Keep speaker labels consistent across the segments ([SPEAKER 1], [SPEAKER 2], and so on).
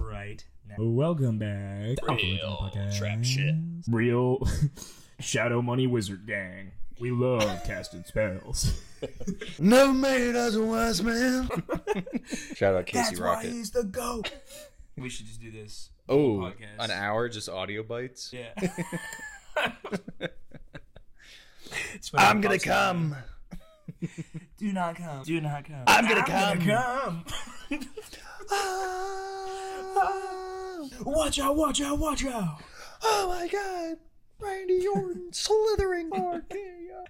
[SPEAKER 1] right now.
[SPEAKER 2] Welcome back. Alpha Link
[SPEAKER 1] Real
[SPEAKER 2] Podcast.
[SPEAKER 1] trap shit.
[SPEAKER 2] Real Shadow Money Wizard Gang. We love casting spells.
[SPEAKER 3] Never made it as a wise man.
[SPEAKER 4] Shout out Casey Rocket.
[SPEAKER 2] the goat.
[SPEAKER 1] We should just do this.
[SPEAKER 4] oh,
[SPEAKER 1] podcast.
[SPEAKER 4] an hour just audio bites.
[SPEAKER 1] Yeah.
[SPEAKER 3] I'm gonna come.
[SPEAKER 1] Do not come. Do not come.
[SPEAKER 3] I'm gonna come.
[SPEAKER 1] come.
[SPEAKER 3] Ah, Oh,
[SPEAKER 1] Watch out! Watch out! Watch out!
[SPEAKER 3] my god. Randy Orton slithering hard.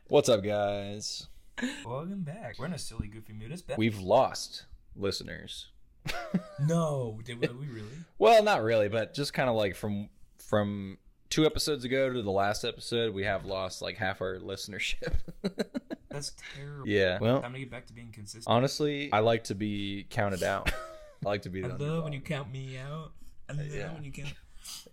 [SPEAKER 4] What's up, guys?
[SPEAKER 1] Welcome back. We're in a silly, goofy mood. It's bad.
[SPEAKER 4] We've lost listeners.
[SPEAKER 1] no, did we, we really?
[SPEAKER 4] Well, not really, but just kind of like from from two episodes ago to the last episode, we have lost like half our listenership.
[SPEAKER 1] That's terrible.
[SPEAKER 4] yeah. Well,
[SPEAKER 1] Time to get back to being consistent.
[SPEAKER 4] honestly, I like to be counted out. I like to be.
[SPEAKER 1] I
[SPEAKER 4] The
[SPEAKER 1] love
[SPEAKER 4] underdog.
[SPEAKER 1] when you count me out. I love
[SPEAKER 4] Yeah.
[SPEAKER 1] when you count.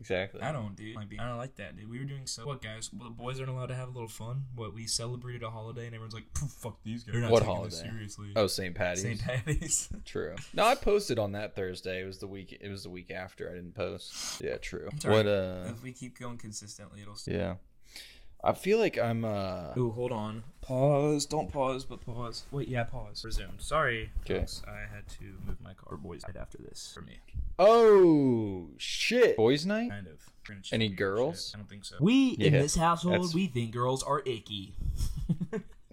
[SPEAKER 4] exactly.
[SPEAKER 1] I don't, dude. Might be- I don't like that, dude. We were doing so. What, guys? Well, the boys aren't allowed to have a little fun. What? We celebrated a holiday, and everyone's like, "Poof, "Fuck these guys." They're not
[SPEAKER 4] What
[SPEAKER 1] taking this
[SPEAKER 4] holiday?
[SPEAKER 1] seriously.
[SPEAKER 4] Oh, St. Patty's.
[SPEAKER 1] St. Patty's.
[SPEAKER 4] True. No, I posted on that Thursday. It was the week. It was the week after. I didn't post. Yeah. True.
[SPEAKER 1] sorry.
[SPEAKER 4] What? Uh.
[SPEAKER 1] if we keep going consistently, it'll. Stay.
[SPEAKER 4] Yeah. I feel like I'm. uh
[SPEAKER 1] Ooh, hold on. Pause. Don't pause, but pause. Wait, yeah, pause. Resume. Sorry.
[SPEAKER 4] 'Kay.
[SPEAKER 1] folks. I had to move my car. Boys right after this for me.
[SPEAKER 4] Oh shit! Boys' night.
[SPEAKER 1] Kind of. We're gonna
[SPEAKER 4] Any
[SPEAKER 1] change
[SPEAKER 4] girls?
[SPEAKER 1] shit. I don't think so. We
[SPEAKER 4] in Yeah, this
[SPEAKER 1] household,
[SPEAKER 4] that's-
[SPEAKER 1] we think girls are icky.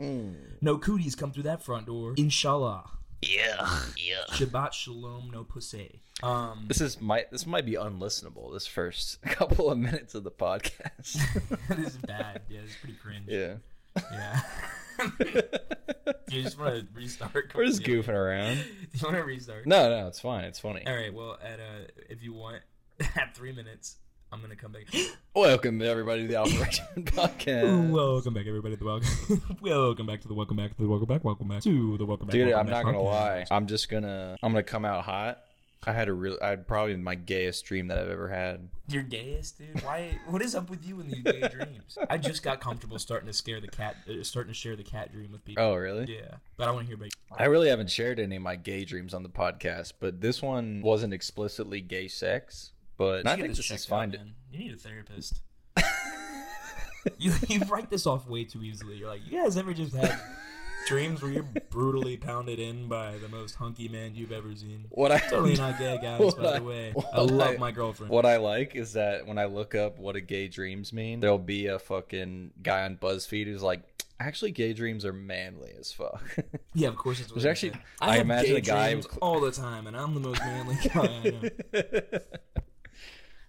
[SPEAKER 4] Mm.
[SPEAKER 1] No cooties come through that front door. Inshallah. Yeah. Yeah. Shabbat shalom, no pussy. Um,
[SPEAKER 4] This is might. This might be unlistenable. This first couple of minutes of the podcast.
[SPEAKER 1] this is bad. Yeah, this is pretty cringe. Yeah.
[SPEAKER 4] yeah.
[SPEAKER 1] you just want to restart.
[SPEAKER 4] We're just
[SPEAKER 1] completely.
[SPEAKER 4] goofing around.
[SPEAKER 1] You want to restart?
[SPEAKER 4] No, no, it's fine. It's funny.
[SPEAKER 1] All right. Well, at uh, if you want, at three minutes, I'm gonna come back.
[SPEAKER 4] Welcome everybody to the Operation Podcast.
[SPEAKER 2] Welcome back, everybody. The welcome. welcome back to the welcome back to the welcome back. Welcome back to the welcome back.
[SPEAKER 4] Dude,
[SPEAKER 2] welcome
[SPEAKER 4] I'm
[SPEAKER 2] back
[SPEAKER 4] not gonna
[SPEAKER 2] podcast.
[SPEAKER 4] lie. I'm just gonna. I'm gonna come out hot. I had a real. I had probably my gayest dream that I've ever had.
[SPEAKER 1] You're gayest, dude. Why? What is up with you and these gay dreams? I just got comfortable starting to scare the cat, uh, starting to share the cat dream with people.
[SPEAKER 4] Oh, really?
[SPEAKER 1] Yeah, but I want to hear about.
[SPEAKER 4] I really haven't shared any of my gay dreams on the podcast, but this one wasn't explicitly gay sex. But I
[SPEAKER 1] You
[SPEAKER 4] think
[SPEAKER 1] get
[SPEAKER 4] this is
[SPEAKER 1] checked out,
[SPEAKER 4] fine.
[SPEAKER 1] man. You need a therapist. you, you write this off way too easily. You're like, you guys ever just had dreams where you're brutally pounded in by the most hunky man you've ever seen?
[SPEAKER 4] What I
[SPEAKER 1] Totally not gay, guys.
[SPEAKER 4] What
[SPEAKER 1] By
[SPEAKER 4] I-
[SPEAKER 1] the way,
[SPEAKER 4] what
[SPEAKER 1] I love
[SPEAKER 4] I-
[SPEAKER 1] my girlfriend.
[SPEAKER 4] What I like is that when I look up what a gay dreams mean, there'll be a fucking guy on BuzzFeed who's like, actually, gay dreams are manly as fuck.
[SPEAKER 1] Yeah, of course it's. what
[SPEAKER 4] There's
[SPEAKER 1] they
[SPEAKER 4] actually-
[SPEAKER 1] say.
[SPEAKER 4] I
[SPEAKER 1] have
[SPEAKER 4] imagine
[SPEAKER 1] gay
[SPEAKER 4] a guy-
[SPEAKER 1] dreams all the time, and I'm the most manly guy I know.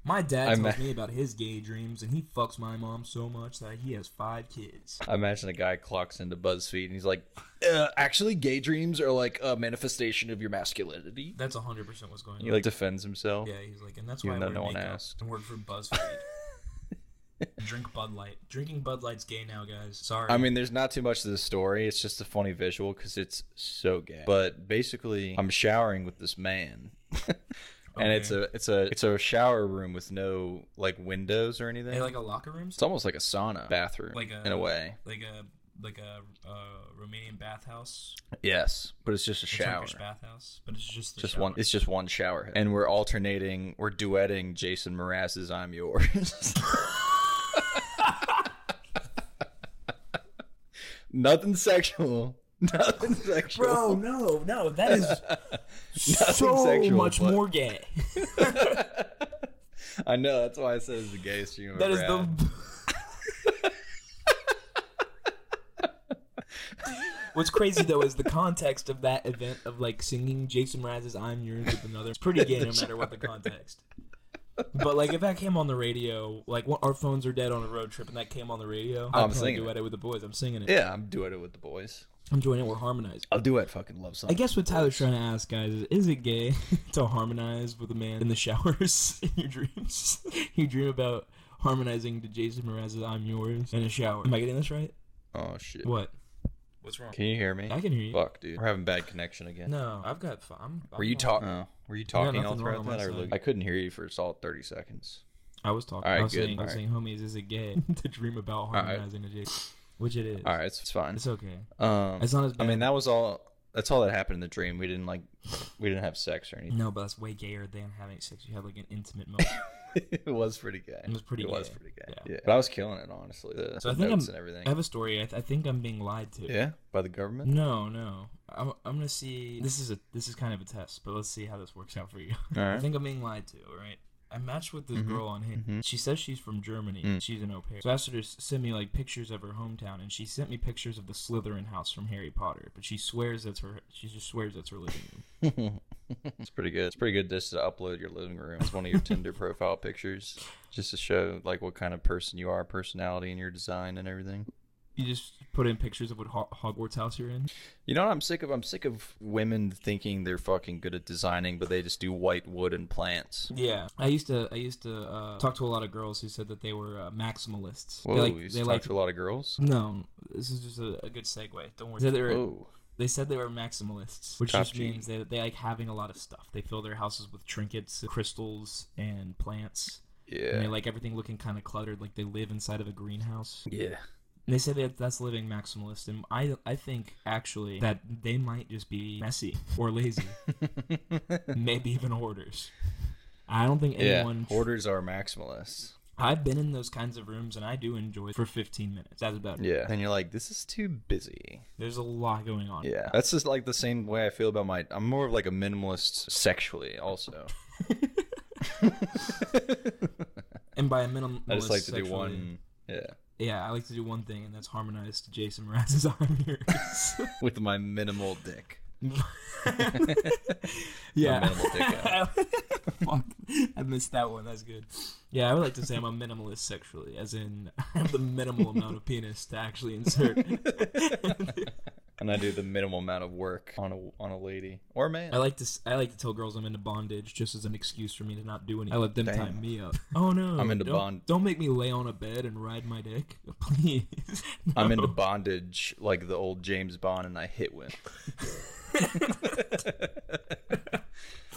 [SPEAKER 1] My dad
[SPEAKER 4] I
[SPEAKER 1] tells
[SPEAKER 4] ma-
[SPEAKER 1] me about his gay dreams, and he fucks my mom so much that he has five kids.
[SPEAKER 4] I imagine a guy clocks into BuzzFeed and he's like, uh, actually, gay dreams are like a manifestation of your masculinity.
[SPEAKER 1] That's 100 percent what's going on.
[SPEAKER 4] He like defends himself.
[SPEAKER 1] Yeah, he's like, and that's
[SPEAKER 4] Even
[SPEAKER 1] why I
[SPEAKER 4] though
[SPEAKER 1] wear
[SPEAKER 4] no one
[SPEAKER 1] makeup
[SPEAKER 4] asked.
[SPEAKER 1] and work for BuzzFeed. Drink Bud Light. Drinking Bud Light's gay now, guys. Sorry.
[SPEAKER 4] I mean, there's not too much to the story. It's just a funny visual because it's so gay. But basically, I'm showering with this man, and it's a it's a it's a shower room with no like windows or anything.
[SPEAKER 1] Hey, like a locker room,
[SPEAKER 4] It's almost like a sauna bathroom,
[SPEAKER 1] Like a-
[SPEAKER 4] in a way.
[SPEAKER 1] like a like a uh, Romanian bathhouse,
[SPEAKER 4] Yes, but it's just a
[SPEAKER 1] a
[SPEAKER 4] shower.
[SPEAKER 1] Turkish bathhouse, but it's just the
[SPEAKER 4] Just
[SPEAKER 1] shower.
[SPEAKER 4] one. It's just one shower, head. and we're alternating. We're duetting Jason Mraz's "I'm Yours." Nothing sexual. Nothing sexual.
[SPEAKER 1] Bro, no, no, that is
[SPEAKER 4] Nothing
[SPEAKER 1] so
[SPEAKER 4] sexual,
[SPEAKER 1] much
[SPEAKER 4] but-
[SPEAKER 1] more gay.
[SPEAKER 4] I know. That's why I said it's the gayest dream. I've
[SPEAKER 1] That is
[SPEAKER 4] ever
[SPEAKER 1] the.
[SPEAKER 4] had.
[SPEAKER 1] What's crazy though is the context of that event of like singing Jason Mraz's "I'm Yours" with another. It's pretty gay no matter what the context. But like if that came on the radio, like when our phones are dead on a road trip, and that came on the radio,
[SPEAKER 4] I'm
[SPEAKER 1] I'd probably
[SPEAKER 4] singing
[SPEAKER 1] duet it with the boys. I'm singing it.
[SPEAKER 4] Yeah, I'm doing it with the boys.
[SPEAKER 1] I'm doing it. We're harmonizing.
[SPEAKER 4] I'll do it. Fucking love
[SPEAKER 1] I
[SPEAKER 4] something.
[SPEAKER 1] guess what Tyler's trying to ask, guys, is is it gay to harmonize with a man in the showers in your dreams? you dream about harmonizing to Jason Mraz's "I'm Yours" in a shower. Am I getting this right?
[SPEAKER 4] Oh shit.
[SPEAKER 1] What? What's wrong?
[SPEAKER 4] Can you hear me?
[SPEAKER 1] I can hear you.
[SPEAKER 4] Fuck, dude. We're having bad connection again.
[SPEAKER 1] No, I've got. fi- I'm, I'm
[SPEAKER 4] Were you
[SPEAKER 1] fine.
[SPEAKER 4] talking? Were you
[SPEAKER 1] got
[SPEAKER 4] talking all
[SPEAKER 1] nothing wrong on
[SPEAKER 4] throughout that?
[SPEAKER 1] my
[SPEAKER 4] I,
[SPEAKER 1] side.
[SPEAKER 4] really- I couldn't hear you for a solid thirty seconds.
[SPEAKER 1] I was talking.
[SPEAKER 4] All right,
[SPEAKER 1] I was
[SPEAKER 4] good,
[SPEAKER 1] saying, I was
[SPEAKER 4] all
[SPEAKER 1] saying, homies, is it gay to dream about
[SPEAKER 4] right.
[SPEAKER 1] harmonizing a Jason? Which it is.
[SPEAKER 4] All right, it's, it's fine.
[SPEAKER 1] It's okay.
[SPEAKER 4] Um,
[SPEAKER 1] It's not as bad.
[SPEAKER 4] I mean, that was all. That's all that happened in the dream. We didn't like, we didn't have sex or anything.
[SPEAKER 1] No, but that's way gayer than having sex. You have like an intimate moment.
[SPEAKER 4] it was pretty gay.
[SPEAKER 1] It was pretty
[SPEAKER 4] It was
[SPEAKER 1] gay.
[SPEAKER 4] pretty gay. Yeah.
[SPEAKER 1] Yeah.
[SPEAKER 4] but I was killing it honestly. The,
[SPEAKER 1] So I
[SPEAKER 4] the
[SPEAKER 1] think
[SPEAKER 4] notes
[SPEAKER 1] I'm-
[SPEAKER 4] and everything.
[SPEAKER 1] I have a story. I, th- I think I'm being lied to.
[SPEAKER 4] yeah, by the government.
[SPEAKER 1] No, no. I'm, I'm gonna see. This is a this is kind of a test, but let's see how this works out for you.
[SPEAKER 4] All
[SPEAKER 1] I
[SPEAKER 4] right.
[SPEAKER 1] think I'm being lied to. All right. I matched with this
[SPEAKER 4] Mhm.
[SPEAKER 1] girl on Hinge.
[SPEAKER 4] Mhm.
[SPEAKER 1] She says she's from Germany.
[SPEAKER 4] Mm.
[SPEAKER 1] She's an au pair. So I asked her to s- send me like pictures of her hometown, and she sent me pictures of the Slytherin house from Harry Potter. But she swears that's her. She just swears that's her living room.
[SPEAKER 4] it's pretty good. It's pretty good just to upload your living room as one of your Tinder profile pictures, just to show like what kind of person you are, personality, and your design and everything.
[SPEAKER 1] You just put in pictures of what Ho- Hogwarts house you're in.
[SPEAKER 4] You know what I'm sick of? I'm sick of women thinking they're fucking good at designing, but they just do white wood and plants.
[SPEAKER 1] Yeah, I used to I used to uh, talk to a lot of girls who said that they were uh, maximalists.
[SPEAKER 4] Whoa,
[SPEAKER 1] they
[SPEAKER 4] you
[SPEAKER 1] like
[SPEAKER 4] used
[SPEAKER 1] they
[SPEAKER 4] to
[SPEAKER 1] like
[SPEAKER 4] talk to a lot of girls.
[SPEAKER 1] no. This is just a, a good segue. Don't worry. They said they, were,
[SPEAKER 4] Whoa.
[SPEAKER 1] they said they were maximalists, which
[SPEAKER 4] Top
[SPEAKER 1] just
[SPEAKER 4] G.
[SPEAKER 1] means they they like having a lot of stuff. They fill their houses with trinkets, crystals, and plants. And they
[SPEAKER 4] Yeah.
[SPEAKER 1] like everything looking kind of cluttered, like they live inside of a greenhouse.
[SPEAKER 4] Yeah.
[SPEAKER 1] And they say that that's living maximalist, and I I think actually that they might just be messy or lazy, maybe even hoarders. I don't think
[SPEAKER 4] yeah.
[SPEAKER 1] anyone
[SPEAKER 4] Hoarders are maximalists.
[SPEAKER 1] I've been in those kinds of rooms and I do enjoy it for 15 minutes. That's about it.
[SPEAKER 4] Yeah. And you're like, this is too busy.
[SPEAKER 1] There's a lot going on.
[SPEAKER 4] Yeah. That's just like the same way I feel about my. I'm more of like a minimalist sexually, also.
[SPEAKER 1] And by a minimum,
[SPEAKER 4] I just like to do one. Yeah.
[SPEAKER 1] Yeah, I like to do one thing, and that's harmonize to Jason Mraz's "I'm Yours."
[SPEAKER 4] With my minimal dick.
[SPEAKER 1] yeah.
[SPEAKER 4] minimal dick
[SPEAKER 1] Fuck, I missed that one. That's good. Yeah, I would like to say I'm a minimalist sexually, as in I have the minimal amount of penis to actually insert.
[SPEAKER 4] And I do the minimal amount of work on a on a lady or a man.
[SPEAKER 1] I like to s- I like to tell girls I'm into bondage just as an excuse for me to not do anything. I let them
[SPEAKER 4] Damn.
[SPEAKER 1] tie me up. Oh no,
[SPEAKER 4] I'm into
[SPEAKER 1] don't,
[SPEAKER 4] bond-
[SPEAKER 1] Don't make me lay on a bed and ride my dick, please.
[SPEAKER 4] I'm
[SPEAKER 1] No.
[SPEAKER 4] into bondage like the old James Bond, and I hit one.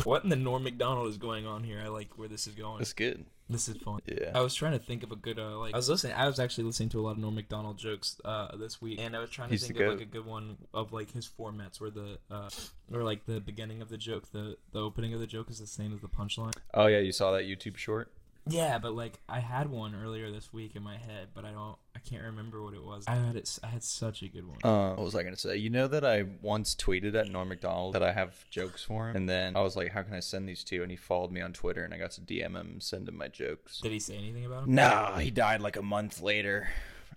[SPEAKER 1] what in the Norm Macdonald is going on here? I like where this is going.
[SPEAKER 4] That's good.
[SPEAKER 1] This is fun. I
[SPEAKER 4] Yeah,
[SPEAKER 1] was trying to think of a good uh, like. I was listening. I was actually listening to a lot of Norm Macdonald jokes uh, this week, and I was trying to
[SPEAKER 4] He's the
[SPEAKER 1] think of like
[SPEAKER 4] goat.
[SPEAKER 1] a good one of like his formats where the uh, or like the beginning of the joke, the the opening of the joke is the same as the punchline.
[SPEAKER 4] Oh yeah, you saw that YouTube short?
[SPEAKER 1] Yeah, but like I had one earlier this week in my head, but I don't, I can't remember what it was. I had it, s- I had such a good one.
[SPEAKER 4] Uh, what was I gonna say? You know that I once tweeted at Norm Macdonald that I have jokes for him, and then I was like, "How can I send these to you?" And he followed me on Twitter, and I got to DM him, send him my jokes.
[SPEAKER 1] Did he say anything about him?
[SPEAKER 4] No, he died like a month later,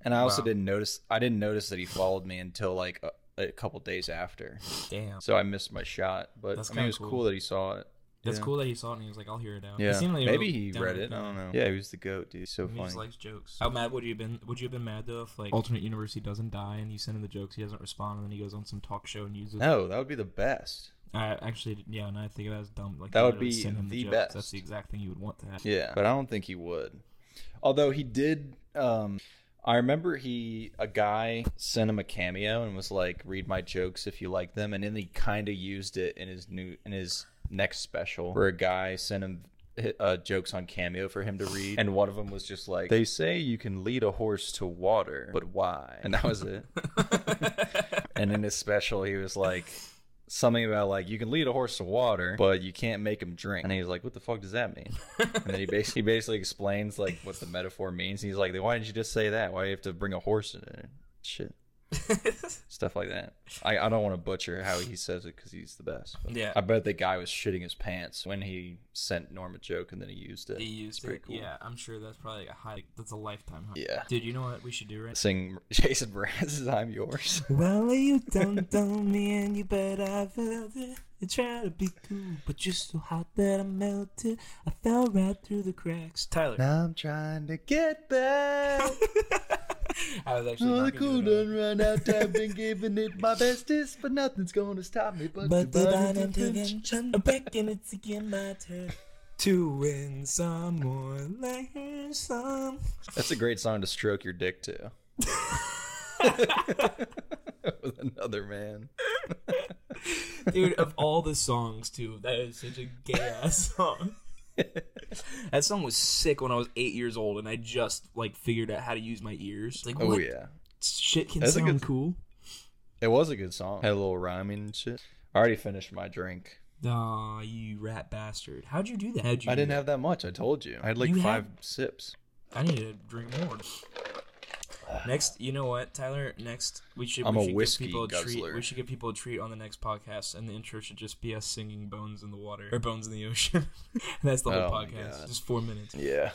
[SPEAKER 4] and I also
[SPEAKER 1] Wow.
[SPEAKER 4] didn't notice. I didn't notice that he followed me until like a, a couple days after,
[SPEAKER 1] Damn,
[SPEAKER 4] so I missed my shot. But
[SPEAKER 1] That's
[SPEAKER 4] I mean, it
[SPEAKER 1] kinda
[SPEAKER 4] was cool.
[SPEAKER 1] cool.
[SPEAKER 4] that he saw it.
[SPEAKER 1] that's
[SPEAKER 4] Yeah.
[SPEAKER 1] cool that he saw it and he was like, "I'll hear it out."
[SPEAKER 4] Yeah,
[SPEAKER 1] seemed like
[SPEAKER 4] maybe
[SPEAKER 1] wrote
[SPEAKER 4] he
[SPEAKER 1] down
[SPEAKER 4] read
[SPEAKER 1] his
[SPEAKER 4] it. I don't
[SPEAKER 1] own-
[SPEAKER 4] know. Yeah, he was the goat, dude. He's so
[SPEAKER 1] He
[SPEAKER 4] funny.
[SPEAKER 1] just likes jokes. How mad would you have been? Would you have been mad though if like alternate universe he doesn't die and you send him the jokes, he doesn't respond, and then he goes on some talk show and uses.
[SPEAKER 4] No, that would be the best.
[SPEAKER 1] I actually, yeah, and I think that's dumb. Like
[SPEAKER 4] That
[SPEAKER 1] you
[SPEAKER 4] would
[SPEAKER 1] literally
[SPEAKER 4] be
[SPEAKER 1] send him
[SPEAKER 4] the
[SPEAKER 1] jokes.
[SPEAKER 4] best.
[SPEAKER 1] That's the exact thing you would want to have.
[SPEAKER 4] Yeah, but I don't think he would. Although he did, um, I remember he a guy sent him a cameo and was like, "Read my jokes if you like them," and then he kind of used it in his new in his next special where a guy sent him. Uh, jokes on cameo for him to read, and one of them was just like, "They say you can lead a horse to water, but why?" And that was it. and in his special, he was like, something about like you can lead a horse to water, but you can't make him drink. And he's like, "What the fuck does that mean?" and then he basically he basically explains like what the metaphor means. He's like, "Then "Why didn't you just say that? Why do you have to bring a horse in it? Shit, stuff like that." I, I don't want to butcher how he says it because he's the best. but
[SPEAKER 1] Yeah.
[SPEAKER 4] I bet the guy was shitting his pants when he sent Norm a joke and then he used it.
[SPEAKER 1] He used
[SPEAKER 4] pretty
[SPEAKER 1] it.
[SPEAKER 4] cool.
[SPEAKER 1] Yeah, I'm sure that's probably a high. That's a lifetime. High.
[SPEAKER 4] Yeah.
[SPEAKER 1] Dude, you know what we should do right
[SPEAKER 4] Sing Jason Mraz's "I'm Yours."
[SPEAKER 1] Well, you don't know me, and you bet I felt it. You try to be cool, but you're so hot that I melted. I fell right through the cracks. Tyler,
[SPEAKER 4] I'm trying to get back.
[SPEAKER 1] I was actually not gonna do that.
[SPEAKER 4] run out. I've been giving it my bestest, but nothing's gonna stop me.
[SPEAKER 1] But the bottom taking a back, and it's again my turn to win some or lose some.
[SPEAKER 4] That's a great song to stroke your dick to. With another man.
[SPEAKER 1] Dude, of all the songs, too, that is such a gay ass song. that song was sick when I was eight years old, and I just like figured out how to use my ears. Like,
[SPEAKER 4] Oh
[SPEAKER 1] what
[SPEAKER 4] yeah,
[SPEAKER 1] shit can
[SPEAKER 4] That's a
[SPEAKER 1] sound
[SPEAKER 4] good-
[SPEAKER 1] cool?
[SPEAKER 4] it It was a good song. Had a little rhyming and shit. I already finished my drink.
[SPEAKER 1] Aw, you rat bastard. How'd you do that? How'd you
[SPEAKER 4] I
[SPEAKER 1] do
[SPEAKER 4] didn't
[SPEAKER 1] that?
[SPEAKER 4] have that much. I told you. I had like
[SPEAKER 1] You
[SPEAKER 4] five
[SPEAKER 1] had-
[SPEAKER 4] sips.
[SPEAKER 1] I need to drink more. Next, you know what, Tyler? Next, we should.
[SPEAKER 4] I'm
[SPEAKER 1] we
[SPEAKER 4] a
[SPEAKER 1] should
[SPEAKER 4] whiskey
[SPEAKER 1] give people a
[SPEAKER 4] guzzler.
[SPEAKER 1] treat. We should give people a treat on the next podcast, and the intro should just be us singing "Bones in the Water" or "Bones in the Ocean." That's the whole
[SPEAKER 4] Oh my
[SPEAKER 1] podcast,
[SPEAKER 4] God.
[SPEAKER 1] just four minutes.
[SPEAKER 4] Yeah.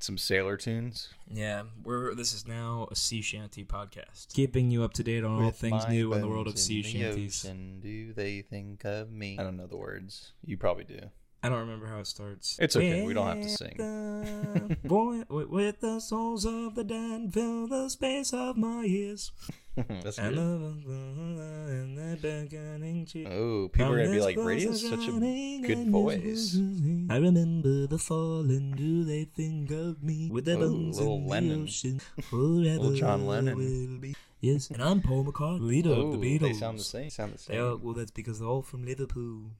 [SPEAKER 4] Some sailor tunes.
[SPEAKER 1] Yeah, we're this is now a sea shanty podcast, keeping you up to date on all things new in the world of sea shanties.
[SPEAKER 4] do they think of me? I don't know the words. You probably do.
[SPEAKER 1] I don't remember how it starts.
[SPEAKER 4] It's okay, we don't have to
[SPEAKER 1] With
[SPEAKER 4] sing.
[SPEAKER 1] the boy, with, with the souls of the dead fill the space of my ears.
[SPEAKER 4] Hmm, That's
[SPEAKER 1] And
[SPEAKER 4] good.
[SPEAKER 1] the- and the beckoning cheek.
[SPEAKER 4] Oh, people are gonna be like, Radio's such a good voice.
[SPEAKER 1] I remember the fallen. Do they think of me with their
[SPEAKER 4] Ooh,
[SPEAKER 1] bones
[SPEAKER 4] Oh, little
[SPEAKER 1] in
[SPEAKER 4] Lennon.
[SPEAKER 1] the ocean? Forever
[SPEAKER 4] Little John Lennon.
[SPEAKER 1] will be. Yes, and I'm Paul McCartney, leader of
[SPEAKER 4] Oh,
[SPEAKER 1] the Beatles.
[SPEAKER 4] they sound the same. Sound the
[SPEAKER 1] They
[SPEAKER 4] same.
[SPEAKER 1] are- well, that's because they're all from Liverpool.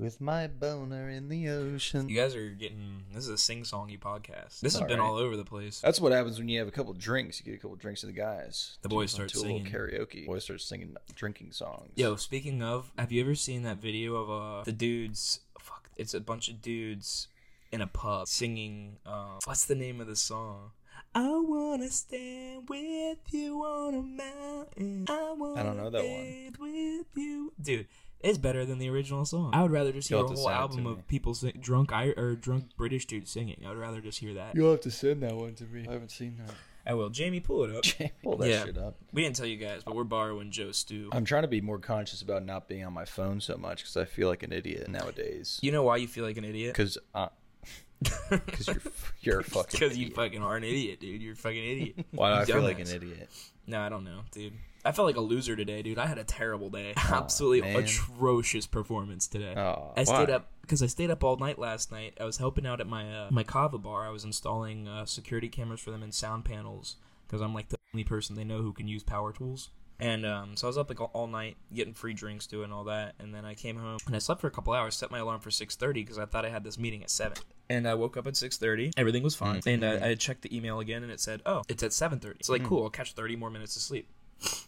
[SPEAKER 4] With my boner in the ocean.
[SPEAKER 1] You guys are getting this is a sing songy podcast. This has
[SPEAKER 4] All
[SPEAKER 1] been
[SPEAKER 4] right.
[SPEAKER 1] all over the place.
[SPEAKER 4] That's what happens when you have a couple drinks. You get a couple drinks to the guys.
[SPEAKER 1] The boys
[SPEAKER 4] Do-
[SPEAKER 1] start
[SPEAKER 4] do a little
[SPEAKER 1] singing.
[SPEAKER 4] karaoke. Boys start singing drinking songs.
[SPEAKER 1] Yo, speaking of, have you ever seen that video of uh the dudes? Fuck, it's a bunch of dudes in a pub singing. Uh, what's the name of the song? I wanna stand with you on a mountain. I wanna
[SPEAKER 4] know that one.
[SPEAKER 1] bathe with you, dude. It's better than the original song. I would rather just hear
[SPEAKER 4] You'll
[SPEAKER 1] a
[SPEAKER 4] have to
[SPEAKER 1] whole
[SPEAKER 4] send it to
[SPEAKER 1] album
[SPEAKER 4] me.
[SPEAKER 1] of people sing- drunk I- or drunk British dudes singing. I would rather just hear that.
[SPEAKER 4] You'll have to send that one to me. I haven't seen that.
[SPEAKER 1] I will. Jamie, pull it up.
[SPEAKER 4] Jamie, pull that
[SPEAKER 1] Yeah.
[SPEAKER 4] shit up.
[SPEAKER 1] We didn't tell you guys, but we're borrowing Joe Stew.
[SPEAKER 4] I'm trying to be more conscious about not being on my phone so much because I feel like an idiot nowadays.
[SPEAKER 1] You know why you feel like an idiot?
[SPEAKER 4] Because because you're you're a fucking
[SPEAKER 1] Because you
[SPEAKER 4] idiot.
[SPEAKER 1] fucking are an idiot, dude. You're a fucking idiot.
[SPEAKER 4] Why do I feel like an
[SPEAKER 1] dumbass.
[SPEAKER 4] idiot?
[SPEAKER 1] no, I don't know, dude. I felt like a loser today, dude. I had a terrible day. Absolutely
[SPEAKER 4] man.
[SPEAKER 1] atrocious performance today.
[SPEAKER 4] Aw,
[SPEAKER 1] I stayed
[SPEAKER 4] why?
[SPEAKER 1] up because I stayed up all night last night. I was helping out at my uh, my kava bar. I was installing uh, security cameras for them and sound panels because I'm like the only person they know who can use power tools. And um, so I was up like all- all night getting free drinks, doing all that, and then I came home and I slept for a couple hours. Set my alarm for six thirty because I thought I had this meeting at seven. And I woke up at six thirty. Everything was fine.
[SPEAKER 4] Mm-hmm.
[SPEAKER 1] And I, I checked the email again, and it said, "Oh, it's at seven thirty. So like, cool. I'll catch thirty more minutes of sleep."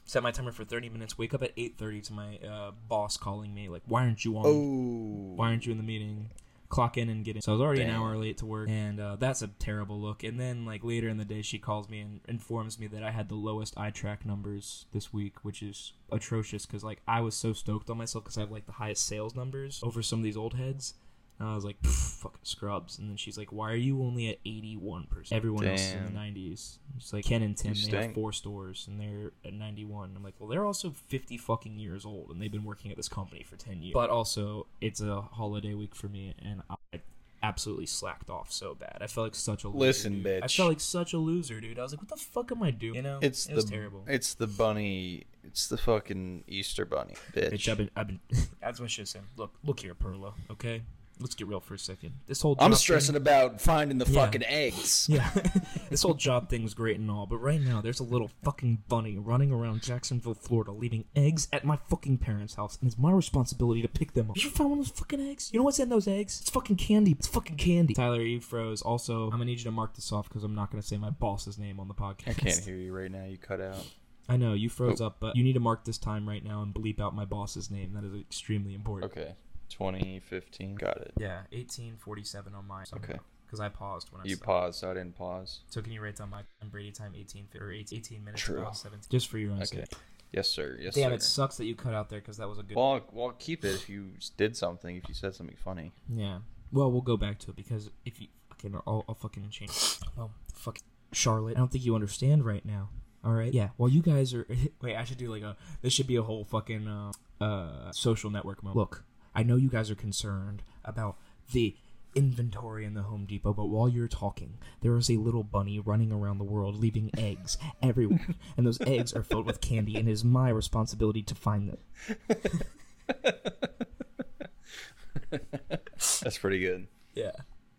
[SPEAKER 1] Set my timer for thirty minutes. Wake up at eight thirty to my uh, boss calling me like, "Why aren't you on?"
[SPEAKER 4] Oh,
[SPEAKER 1] why aren't you in the meeting? Clock in and get in. So I was already an
[SPEAKER 4] Damn.
[SPEAKER 1] hour late to work, and uh, that's a terrible look. And then, like later in the day, she calls me and informs me that I had the lowest eye track numbers this week, which is atrocious because like I was so stoked on myself because I have like the highest sales numbers over some of these old heads. And I was like, "Pff, fucking scrubs. And then she's like, why are you only at 81%? Everyone else is in the
[SPEAKER 4] Damn.
[SPEAKER 1] 90s. It's like Ken and Tim,
[SPEAKER 4] You
[SPEAKER 1] they have
[SPEAKER 4] stink.
[SPEAKER 1] four stores, and they're at 91. I'm like, well, they're also 50 fucking years old, and they've been working at this company for 10 years. But also, it's a holiday week for me, and I absolutely slacked off so bad. I felt like such a loser.
[SPEAKER 4] Listen,
[SPEAKER 1] dude. I
[SPEAKER 4] bitch.
[SPEAKER 1] felt like such a loser, dude. I was like, what the fuck am I doing? You know?
[SPEAKER 4] it's
[SPEAKER 1] Oh, it was
[SPEAKER 4] the
[SPEAKER 1] terrible.
[SPEAKER 4] it's the bunny. It's the fucking Easter bunny, bitch.
[SPEAKER 1] Bitch, I've been, I've been, that's what I should have said. Look, look here, Perla, okay? Let's get real for a second. This whole job
[SPEAKER 4] I'm
[SPEAKER 1] thing-
[SPEAKER 4] stressing about finding the
[SPEAKER 1] Yeah.
[SPEAKER 4] fucking eggs.
[SPEAKER 1] Yeah, this whole job thing's great and all, but right now there's a little fucking bunny running around Jacksonville, Florida, leaving eggs at my fucking parents' house, and it's my responsibility to pick them up. Did you find one of those fucking eggs? You know what's in those eggs? It's fucking candy. It's fucking candy. Tyler, you froze. Also, I'm gonna need you to mark this off because I'm not gonna say my boss's name on the podcast.
[SPEAKER 4] I can't hear you Oh. right now. You cut out.
[SPEAKER 1] I know you froze up, but you need to mark this time right now and bleep out my boss's name. That is extremely important.
[SPEAKER 4] Okay, 2015. Got it.
[SPEAKER 1] Yeah, 1847 on mine. somehow,
[SPEAKER 4] Okay.
[SPEAKER 1] Because I paused when I
[SPEAKER 4] You
[SPEAKER 1] said-
[SPEAKER 4] paused. I didn't pause.
[SPEAKER 1] So can you write down my time Brady time 18 or 18, 18 minutes
[SPEAKER 4] True.
[SPEAKER 1] about 17 just for your own
[SPEAKER 4] Okay.
[SPEAKER 1] sake.
[SPEAKER 4] Yes, sir. Yes,
[SPEAKER 1] Damn,
[SPEAKER 4] sir.
[SPEAKER 1] it sucks that you cut out there because that was a good.
[SPEAKER 4] Well, I'll, well, I'll keep it if you did something. If you said something funny.
[SPEAKER 1] yeah. Well, we'll go back to it because if you okay, no, I'll, I'll fucking change. Well, fuck Charlotte. I don't think you understand right now. All right. Yeah. Well, you guys are. Wait, I should do like a. This should be a whole fucking uh, uh social network moment. Look, I know you guys are concerned about the inventory in the Home Depot, but while you're talking, there is a little bunny running around the world leaving eggs everywhere, and those eggs are filled with candy, and it is my responsibility to find them.
[SPEAKER 4] That's pretty good.
[SPEAKER 1] Yeah.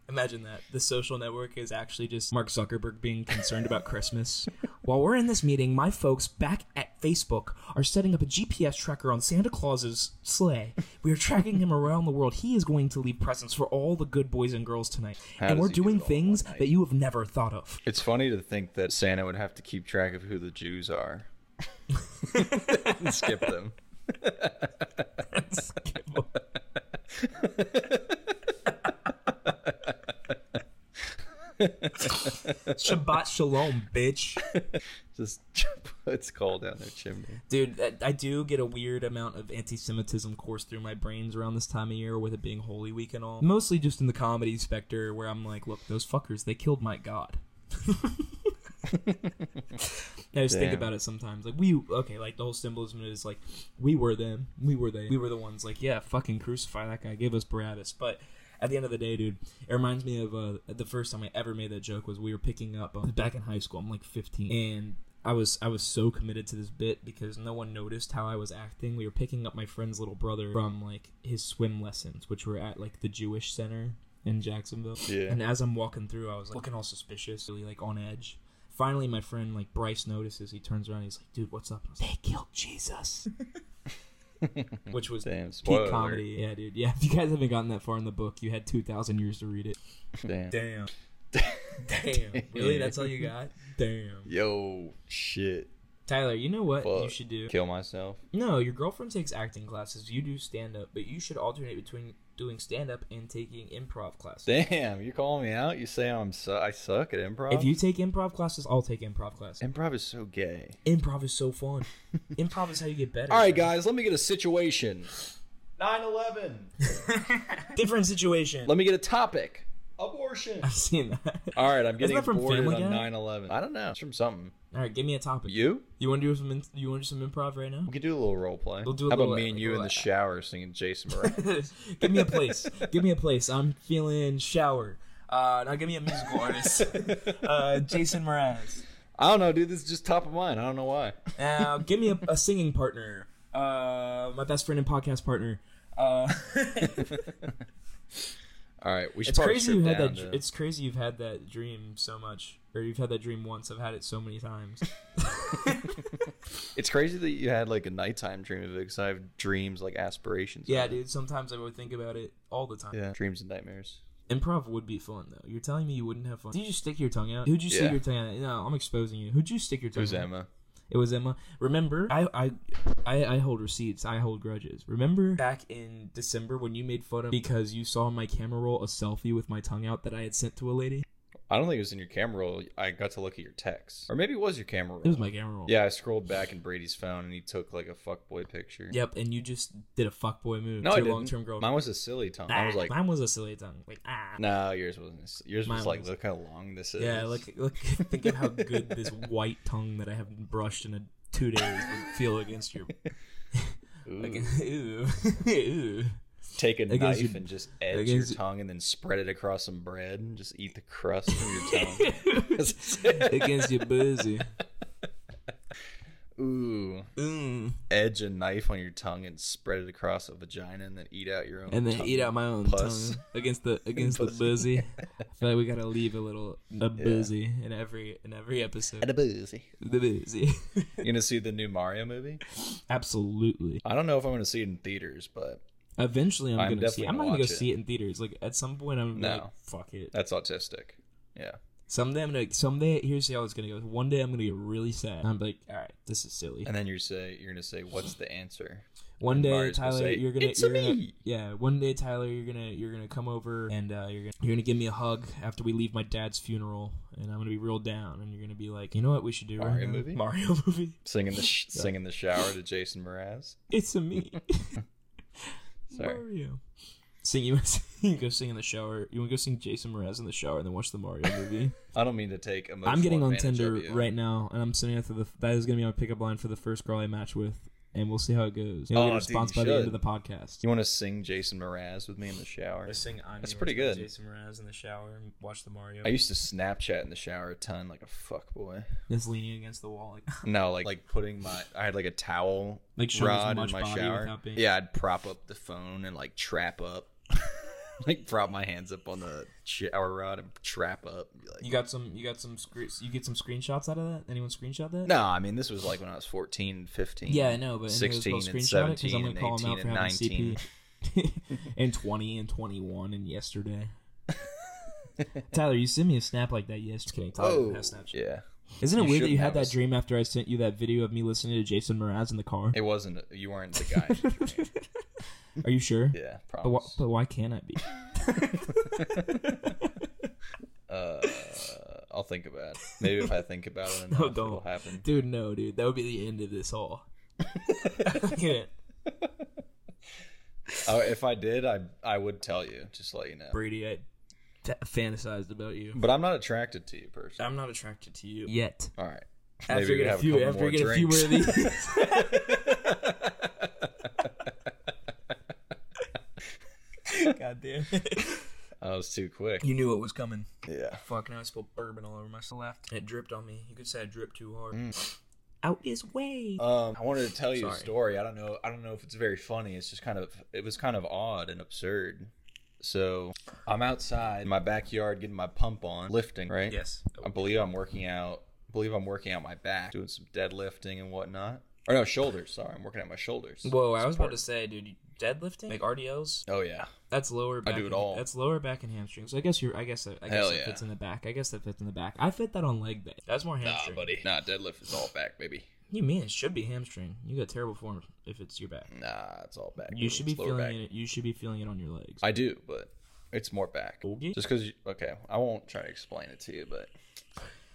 [SPEAKER 1] Imagine that. The social network is actually just Mark Zuckerberg being concerned about Christmas. While we're in this meeting, my folks back at Facebook are setting up a GPS tracker on Santa Claus's sleigh. We are tracking him around the world. He is going to leave presents for all the good boys and girls tonight.
[SPEAKER 4] How
[SPEAKER 1] and
[SPEAKER 4] does
[SPEAKER 1] we're
[SPEAKER 4] he do
[SPEAKER 1] doing
[SPEAKER 4] it all in
[SPEAKER 1] things
[SPEAKER 4] one night?
[SPEAKER 1] that you have never thought of.
[SPEAKER 4] It's funny to think that Santa would have to keep track of who the Jews are. and skip them.
[SPEAKER 1] Shabbat shalom, bitch.
[SPEAKER 4] Just it's cold down their chimney.
[SPEAKER 1] Dude, I- I do get a weird amount of anti-Semitism course through my brains around this time of year with it being Holy Week and all. Mostly just in the comedy specter where I'm like, look, those fuckers, they killed my god. I just think
[SPEAKER 4] Damn.
[SPEAKER 1] about it sometimes. Like we okay, like the whole symbolism is like we were them, we were they, we were the ones. Like yeah, fucking crucify that guy, give us Barabbas. But at the end of the day, dude, it reminds me of uh, the first time I ever made that joke was we were picking up um, back in high school. I'm like 15, and I was I was so committed to this bit because no one noticed how I was acting. We were picking up my friend's little brother from like his swim lessons, which were at like the Jewish Center in Jacksonville.
[SPEAKER 4] Yeah.
[SPEAKER 1] And as I'm walking through, I was like, looking all suspicious, really like on edge. Finally, my friend like Bryce notices. He turns around. He's like, "Dude, what's up?" And I was like, they killed Jesus, which was
[SPEAKER 4] Damn, spoiler.
[SPEAKER 1] peak
[SPEAKER 4] alert.
[SPEAKER 1] comedy. Yeah, dude. Yeah, if you guys haven't gotten that far in the book, you had two thousand years to read it.
[SPEAKER 4] Damn.
[SPEAKER 1] Damn. Damn. Really? That's all you got? Damn.
[SPEAKER 4] Yo, shit.
[SPEAKER 1] Tyler, you know what you
[SPEAKER 4] Fuck.
[SPEAKER 1] should do?
[SPEAKER 4] Kill myself.
[SPEAKER 1] No, your girlfriend takes acting classes. You do stand up, but you should alternate between doing stand up and taking improv classes.
[SPEAKER 4] Damn, you calling me out? You say I'm su- I suck at improv.
[SPEAKER 1] If you take improv classes, I'll take improv classes.
[SPEAKER 4] improv is so gay.
[SPEAKER 1] Improv is so fun. improv is how you get better.
[SPEAKER 4] All right, guys, let me get a situation.
[SPEAKER 3] 9-11.
[SPEAKER 1] Different situation.
[SPEAKER 4] Let me get a topic.
[SPEAKER 3] Abortion.
[SPEAKER 1] I've seen that.
[SPEAKER 4] All right, I'm getting
[SPEAKER 1] that from
[SPEAKER 4] bored
[SPEAKER 1] Family
[SPEAKER 4] on
[SPEAKER 1] Guy?
[SPEAKER 4] 9/11. I don't know. It's from something.
[SPEAKER 1] All right, give me a topic.
[SPEAKER 4] You?
[SPEAKER 1] You want to do some? In- you want to do some improv right now?
[SPEAKER 4] We could do a little role play.
[SPEAKER 1] We'll do a
[SPEAKER 4] How
[SPEAKER 1] little-
[SPEAKER 4] about me and you in the
[SPEAKER 1] little-
[SPEAKER 4] shower singing Jason Mraz?
[SPEAKER 1] give me a place. Give me a place. I'm feeling shower. Uh, now give me a musical artist. Uh, Jason Mraz.
[SPEAKER 4] I don't know, dude. This is just top of mind. I don't know why.
[SPEAKER 1] Now give me a, a singing partner. Uh, my best friend and podcast partner. Uh,
[SPEAKER 4] All right, we should
[SPEAKER 1] it's
[SPEAKER 4] probably
[SPEAKER 1] crazy
[SPEAKER 4] strip
[SPEAKER 1] you had
[SPEAKER 4] down
[SPEAKER 1] that.
[SPEAKER 4] to-
[SPEAKER 1] dr- It's crazy you've had that dream so much, or you've had that dream once. I've had it so many times.
[SPEAKER 4] It's crazy that you had like a nighttime dream of it because I have dreams like aspirations.
[SPEAKER 1] yeah,
[SPEAKER 4] of it.
[SPEAKER 1] dude. Sometimes I would think about it all the time.
[SPEAKER 4] Yeah, dreams and nightmares.
[SPEAKER 1] Improv would be fun though. You're telling me you wouldn't have fun. Did you stick your tongue out? Who'd you stick
[SPEAKER 4] Yeah.
[SPEAKER 1] your tongue out? No, I'm exposing you. Who'd you stick your tongue
[SPEAKER 4] Who's
[SPEAKER 1] out?
[SPEAKER 4] Emma?
[SPEAKER 1] It was Emma. Remember, I, I, I, I hold receipts. I hold grudges. Remember back in December when you made fun of because you saw my camera roll a selfie with my tongue out that I had sent to a lady.
[SPEAKER 4] I don't think it was in your camera roll. I got to look at your text, or maybe it was your camera roll.
[SPEAKER 1] It was my camera roll.
[SPEAKER 4] Yeah, I scrolled back in Brady's phone and he took like a fuckboy picture.
[SPEAKER 1] Yep. And you just did a fuckboy move
[SPEAKER 4] No,
[SPEAKER 1] to
[SPEAKER 4] I
[SPEAKER 1] your
[SPEAKER 4] didn't.
[SPEAKER 1] long-term girl.
[SPEAKER 4] Mine was a silly tongue. I was like,
[SPEAKER 1] mine was a silly tongue. Like ah.
[SPEAKER 4] no, yours wasn't. s- Yours
[SPEAKER 1] Mine
[SPEAKER 4] was like,
[SPEAKER 1] was-
[SPEAKER 4] look how long this is.
[SPEAKER 1] Yeah. Look, look. Think of how good this white tongue that I haven't brushed in a, two days would feel against your.
[SPEAKER 4] Ooh.
[SPEAKER 1] Like, ooh, ooh.
[SPEAKER 4] take a
[SPEAKER 1] against
[SPEAKER 4] knife
[SPEAKER 1] your-
[SPEAKER 4] and just edge your
[SPEAKER 1] against-
[SPEAKER 4] tongue and then spread it across some bread and just eat the crust from your tongue.
[SPEAKER 1] against your boozy.
[SPEAKER 4] Ooh,
[SPEAKER 1] Mm.
[SPEAKER 4] edge a knife on your tongue and spread it across a vagina and then eat out your own.
[SPEAKER 1] and then
[SPEAKER 4] tongue.
[SPEAKER 1] eat out my own
[SPEAKER 4] Puss.
[SPEAKER 1] tongue against the against the
[SPEAKER 4] Pussy.
[SPEAKER 1] boozy. I feel like we gotta leave a little a boozy in every in every episode.
[SPEAKER 4] a boozy.
[SPEAKER 1] The boozy,
[SPEAKER 4] You gonna see the new Mario movie?
[SPEAKER 1] absolutely.
[SPEAKER 4] I don't know if I'm gonna see it in theaters, but
[SPEAKER 1] Eventually, I'm,
[SPEAKER 4] I'm
[SPEAKER 1] gonna see.
[SPEAKER 4] definitely
[SPEAKER 1] I'm not
[SPEAKER 4] gonna
[SPEAKER 1] gonna go
[SPEAKER 4] watch it.
[SPEAKER 1] see it in theaters. Like at some point, I'm gonna be
[SPEAKER 4] No.
[SPEAKER 1] like, fuck it.
[SPEAKER 4] that's autistic. Yeah.
[SPEAKER 1] Someday I'm gonna someday. Here's how it's gonna go. One day I'm gonna get really sad. I'm like, all right, this is silly.
[SPEAKER 4] And then you say you're gonna say, "What's the answer?"
[SPEAKER 1] One day,
[SPEAKER 4] Mario's gonna
[SPEAKER 1] Tyler,
[SPEAKER 4] say,
[SPEAKER 1] you're gonna,
[SPEAKER 4] "It's a
[SPEAKER 1] you're gonna
[SPEAKER 4] me."
[SPEAKER 1] yeah. One day, Tyler, you're gonna you're gonna come over and uh, you're gonna you're gonna give me a hug after we leave my dad's funeral, and I'm gonna be real down, and you're gonna be like, you know what we should do?
[SPEAKER 4] Mario
[SPEAKER 1] right now?
[SPEAKER 4] movie?
[SPEAKER 1] Mario movie.
[SPEAKER 4] Singing the sh- sing in the shower to Jason Mraz.
[SPEAKER 1] It's a me,
[SPEAKER 4] Sorry.
[SPEAKER 1] Mario. Sing you, you go sing in the shower. You want to go sing Jason Mraz in the shower, and then watch the Mario movie.
[SPEAKER 4] I don't mean to take emotional.
[SPEAKER 1] I'm getting on
[SPEAKER 4] advantage
[SPEAKER 1] Tinder
[SPEAKER 4] of you.
[SPEAKER 1] right now, and I'm sending out to the. That is gonna be my pickup line for the first girl I match with, and we'll see how it goes. Maybe we'll get a
[SPEAKER 4] Oh, dude,
[SPEAKER 1] response
[SPEAKER 4] you
[SPEAKER 1] by the end of
[SPEAKER 4] should.
[SPEAKER 1] the podcast.
[SPEAKER 4] You want to sing Jason Mraz with me in the shower?
[SPEAKER 1] sing I'm
[SPEAKER 4] That's yours pretty by good.
[SPEAKER 1] Jason Mraz in the shower and watch the Mario.
[SPEAKER 4] I used to Snapchat in the shower a ton, like a fuck boy.
[SPEAKER 1] Just leaning against the wall, like
[SPEAKER 4] No, like like putting my I had like a towel
[SPEAKER 1] Like, show as
[SPEAKER 4] rod
[SPEAKER 1] much
[SPEAKER 4] in my
[SPEAKER 1] body
[SPEAKER 4] shower.
[SPEAKER 1] without being-
[SPEAKER 4] Yeah, I'd prop up the phone and like trap up, like prop my hands up on the shower rod and trap up. and be Like,
[SPEAKER 1] you got some, you got some, scre- you get some screenshots out of that. Anyone screenshot that?
[SPEAKER 4] no, I mean this was like when I was 14, 15.
[SPEAKER 1] Yeah, I know, but
[SPEAKER 4] sixteen
[SPEAKER 1] sixteen
[SPEAKER 4] and
[SPEAKER 1] screenshot it because I'm
[SPEAKER 4] seventeen
[SPEAKER 1] gonna
[SPEAKER 4] and
[SPEAKER 1] call him
[SPEAKER 4] eighteen
[SPEAKER 1] out for
[SPEAKER 4] and
[SPEAKER 1] having
[SPEAKER 4] nineteen.
[SPEAKER 1] CP. and twenty and twenty one and Oh. yesterday. Tyler, you sent me a snap like that yesterday. Tyler doesn't have Snapchat.
[SPEAKER 4] Oh, Yeah.
[SPEAKER 1] Isn't it
[SPEAKER 4] You
[SPEAKER 1] weird that
[SPEAKER 4] shouldn't
[SPEAKER 1] you had
[SPEAKER 4] have
[SPEAKER 1] that
[SPEAKER 4] us.
[SPEAKER 1] dream after I sent you that video of me listening to Jason Mraz in the car?
[SPEAKER 4] It wasn't. You weren't the guy. in the dream.
[SPEAKER 1] Are you sure?
[SPEAKER 4] yeah,
[SPEAKER 1] But, why,
[SPEAKER 4] promise.
[SPEAKER 1] but why can't I be?
[SPEAKER 4] Uh, I'll think about it. Maybe if I think about it enough,
[SPEAKER 1] No,
[SPEAKER 4] it'll
[SPEAKER 1] don't.
[SPEAKER 4] happen.
[SPEAKER 1] Dude, no, dude. That would be the end of this all. I can't.
[SPEAKER 4] Oh, if I did, I I would tell you. Just to let you know.
[SPEAKER 1] Brady, I t- fantasized about you.
[SPEAKER 4] But I'm not attracted to you personally.
[SPEAKER 1] I'm not attracted to you. Yet.
[SPEAKER 4] All right.
[SPEAKER 1] After
[SPEAKER 4] we
[SPEAKER 1] you get a
[SPEAKER 4] have
[SPEAKER 1] few,
[SPEAKER 4] couple
[SPEAKER 1] after
[SPEAKER 4] more
[SPEAKER 1] you get a few more of
[SPEAKER 4] drinks.
[SPEAKER 1] these. God damn.
[SPEAKER 4] I was too quick.
[SPEAKER 1] you knew it was coming.
[SPEAKER 4] Yeah.
[SPEAKER 1] Fuck, now I spilled bourbon all over my left. It dripped on me. You could say I dripped too hard.
[SPEAKER 4] Mm.
[SPEAKER 1] Out his way.
[SPEAKER 4] Um, I wanted to tell you a
[SPEAKER 1] Sorry.
[SPEAKER 4] story. I don't know. I don't know if it's very funny. It's just kind of. It was kind of odd and absurd. So I'm outside in my backyard getting my pump on, lifting. Right.
[SPEAKER 1] yes.
[SPEAKER 4] I believe I'm working out. I believe I'm working out my back, doing some deadlifting and whatnot. Or no, shoulders. Sorry, I'm working out my shoulders.
[SPEAKER 1] Whoa, I was about to say, dude, you- deadlifting, like RDLs,
[SPEAKER 4] Oh yeah.
[SPEAKER 1] that's lower. Back
[SPEAKER 4] do it
[SPEAKER 1] and-
[SPEAKER 4] all.
[SPEAKER 1] That's lower back and hamstrings. I guess you're. I guess. that- I guess
[SPEAKER 4] Hell
[SPEAKER 1] that
[SPEAKER 4] yeah.
[SPEAKER 1] fits in the back. I guess that fits in the back. I fit that on leg day. That's more
[SPEAKER 4] Nah,
[SPEAKER 1] hamstring.
[SPEAKER 4] buddy. Nah, deadlift is all back, baby.
[SPEAKER 1] You mean it should be hamstring? You got terrible form if it's your back.
[SPEAKER 4] Nah, it's all back.
[SPEAKER 1] You
[SPEAKER 4] baby.
[SPEAKER 1] should be
[SPEAKER 4] It's lower
[SPEAKER 1] feeling
[SPEAKER 4] back.
[SPEAKER 1] it. You should be feeling it on your legs.
[SPEAKER 4] I do, but it's more back.
[SPEAKER 1] Boogie?
[SPEAKER 4] Just because. Okay, I won't try to explain it to you, but.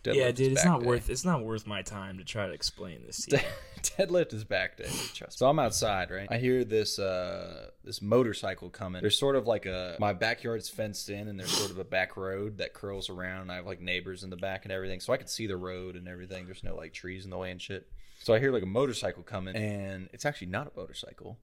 [SPEAKER 1] yeah,
[SPEAKER 4] deadlift is
[SPEAKER 1] dude, it's
[SPEAKER 4] back
[SPEAKER 1] not
[SPEAKER 4] day.
[SPEAKER 1] worth. It's not worth my time to try to explain this. To you.
[SPEAKER 4] deadlift is back day. Trust. So I'm outside, right? I hear this uh this motorcycle coming. There's sort of like a my backyard's fenced in, and there's sort of a back road that curls around. And I have like neighbors in the back and everything, so I can see the road and everything. There's no like trees in the way and shit. So I hear like a motorcycle coming, and it's actually not a motorcycle.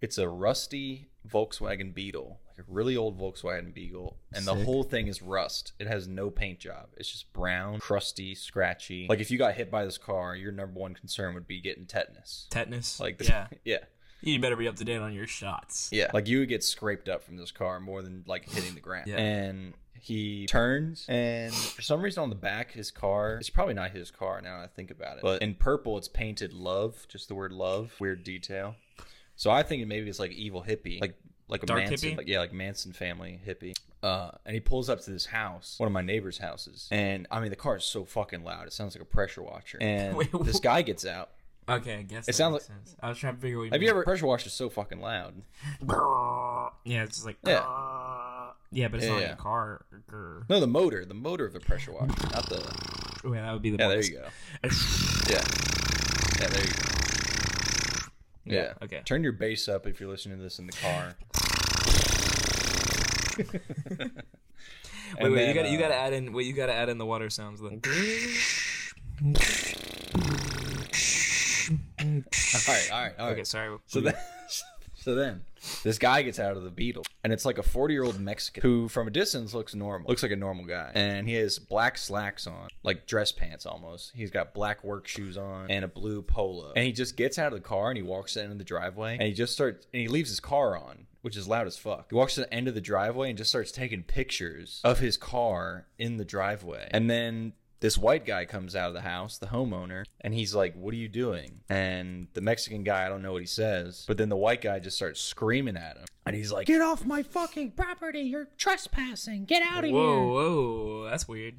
[SPEAKER 4] It's a rusty Volkswagen Beetle, like a really old Volkswagen Beetle, and the
[SPEAKER 1] Sick.
[SPEAKER 4] whole thing is rust. It has no paint job. It's just brown, crusty, scratchy. Like if you got hit by this car, your number one concern would be getting tetanus.
[SPEAKER 1] Tetanus.
[SPEAKER 4] Like the,
[SPEAKER 1] yeah,
[SPEAKER 4] yeah,
[SPEAKER 1] you better be up to date on your shots.
[SPEAKER 4] yeah. Like you would get scraped up from this car more than like hitting the ground.
[SPEAKER 1] Yeah.
[SPEAKER 4] And he turns, and for some reason on the back, his car. It's probably not his car now. that I think about it, but in purple, it's painted love. Just the word love. Weird detail. So I think maybe it's like evil hippie, like like a
[SPEAKER 1] Dark
[SPEAKER 4] Manson,
[SPEAKER 1] hippie?
[SPEAKER 4] like yeah, like Manson family hippie. Uh, and he pulls up to this house, one of my neighbor's houses, and I mean the car is so fucking loud. It sounds like a pressure washer. And
[SPEAKER 1] Wait,
[SPEAKER 4] this
[SPEAKER 1] what?
[SPEAKER 4] guy gets out.
[SPEAKER 1] Okay, I guess
[SPEAKER 4] It
[SPEAKER 1] that
[SPEAKER 4] sounds
[SPEAKER 1] makes sense. I was trying to figure what you
[SPEAKER 4] Have you
[SPEAKER 1] meant.
[SPEAKER 4] ever pressure washer is so fucking loud?
[SPEAKER 1] Yeah, it's just like
[SPEAKER 4] Yeah.
[SPEAKER 1] yeah, but it's not
[SPEAKER 4] Yeah,
[SPEAKER 1] like
[SPEAKER 4] yeah.
[SPEAKER 1] a car. grr.
[SPEAKER 4] No, the motor, the motor of the pressure washer, not the
[SPEAKER 1] Oh, yeah, that would be the
[SPEAKER 4] Yeah, there
[SPEAKER 1] box.
[SPEAKER 4] you go. Yeah. Yeah, there you go. Yeah.
[SPEAKER 1] okay.
[SPEAKER 4] Turn your bass up if you're listening to this in the car.
[SPEAKER 1] Wait, wait,
[SPEAKER 4] And
[SPEAKER 1] you
[SPEAKER 4] then,
[SPEAKER 1] gotta you
[SPEAKER 4] uh,
[SPEAKER 1] gotta add in wait, you gotta add in the water sounds then.
[SPEAKER 4] All right, all right, all right.
[SPEAKER 1] Okay, sorry.
[SPEAKER 4] So then, so then, this guy gets out of the Beetle, and it's like a forty-year-old Mexican who, from a distance, looks normal. Looks like a normal guy, and he has black slacks on, like dress pants almost. He's got black work shoes on and a blue polo, and he just gets out of the car and he walks into the driveway, and he just starts and he leaves his car on. Which is loud as fuck. He walks to the end of the driveway and just starts taking pictures of his car in the driveway. And then this white guy comes out of the house, the homeowner, and he's like, What are you doing? And the Mexican guy, I don't know what he says, but then the white guy just starts screaming at him. And he's like,
[SPEAKER 3] Get off my fucking property. You're trespassing. Get out of
[SPEAKER 1] Whoa,
[SPEAKER 3] here.
[SPEAKER 1] whoa, that's weird.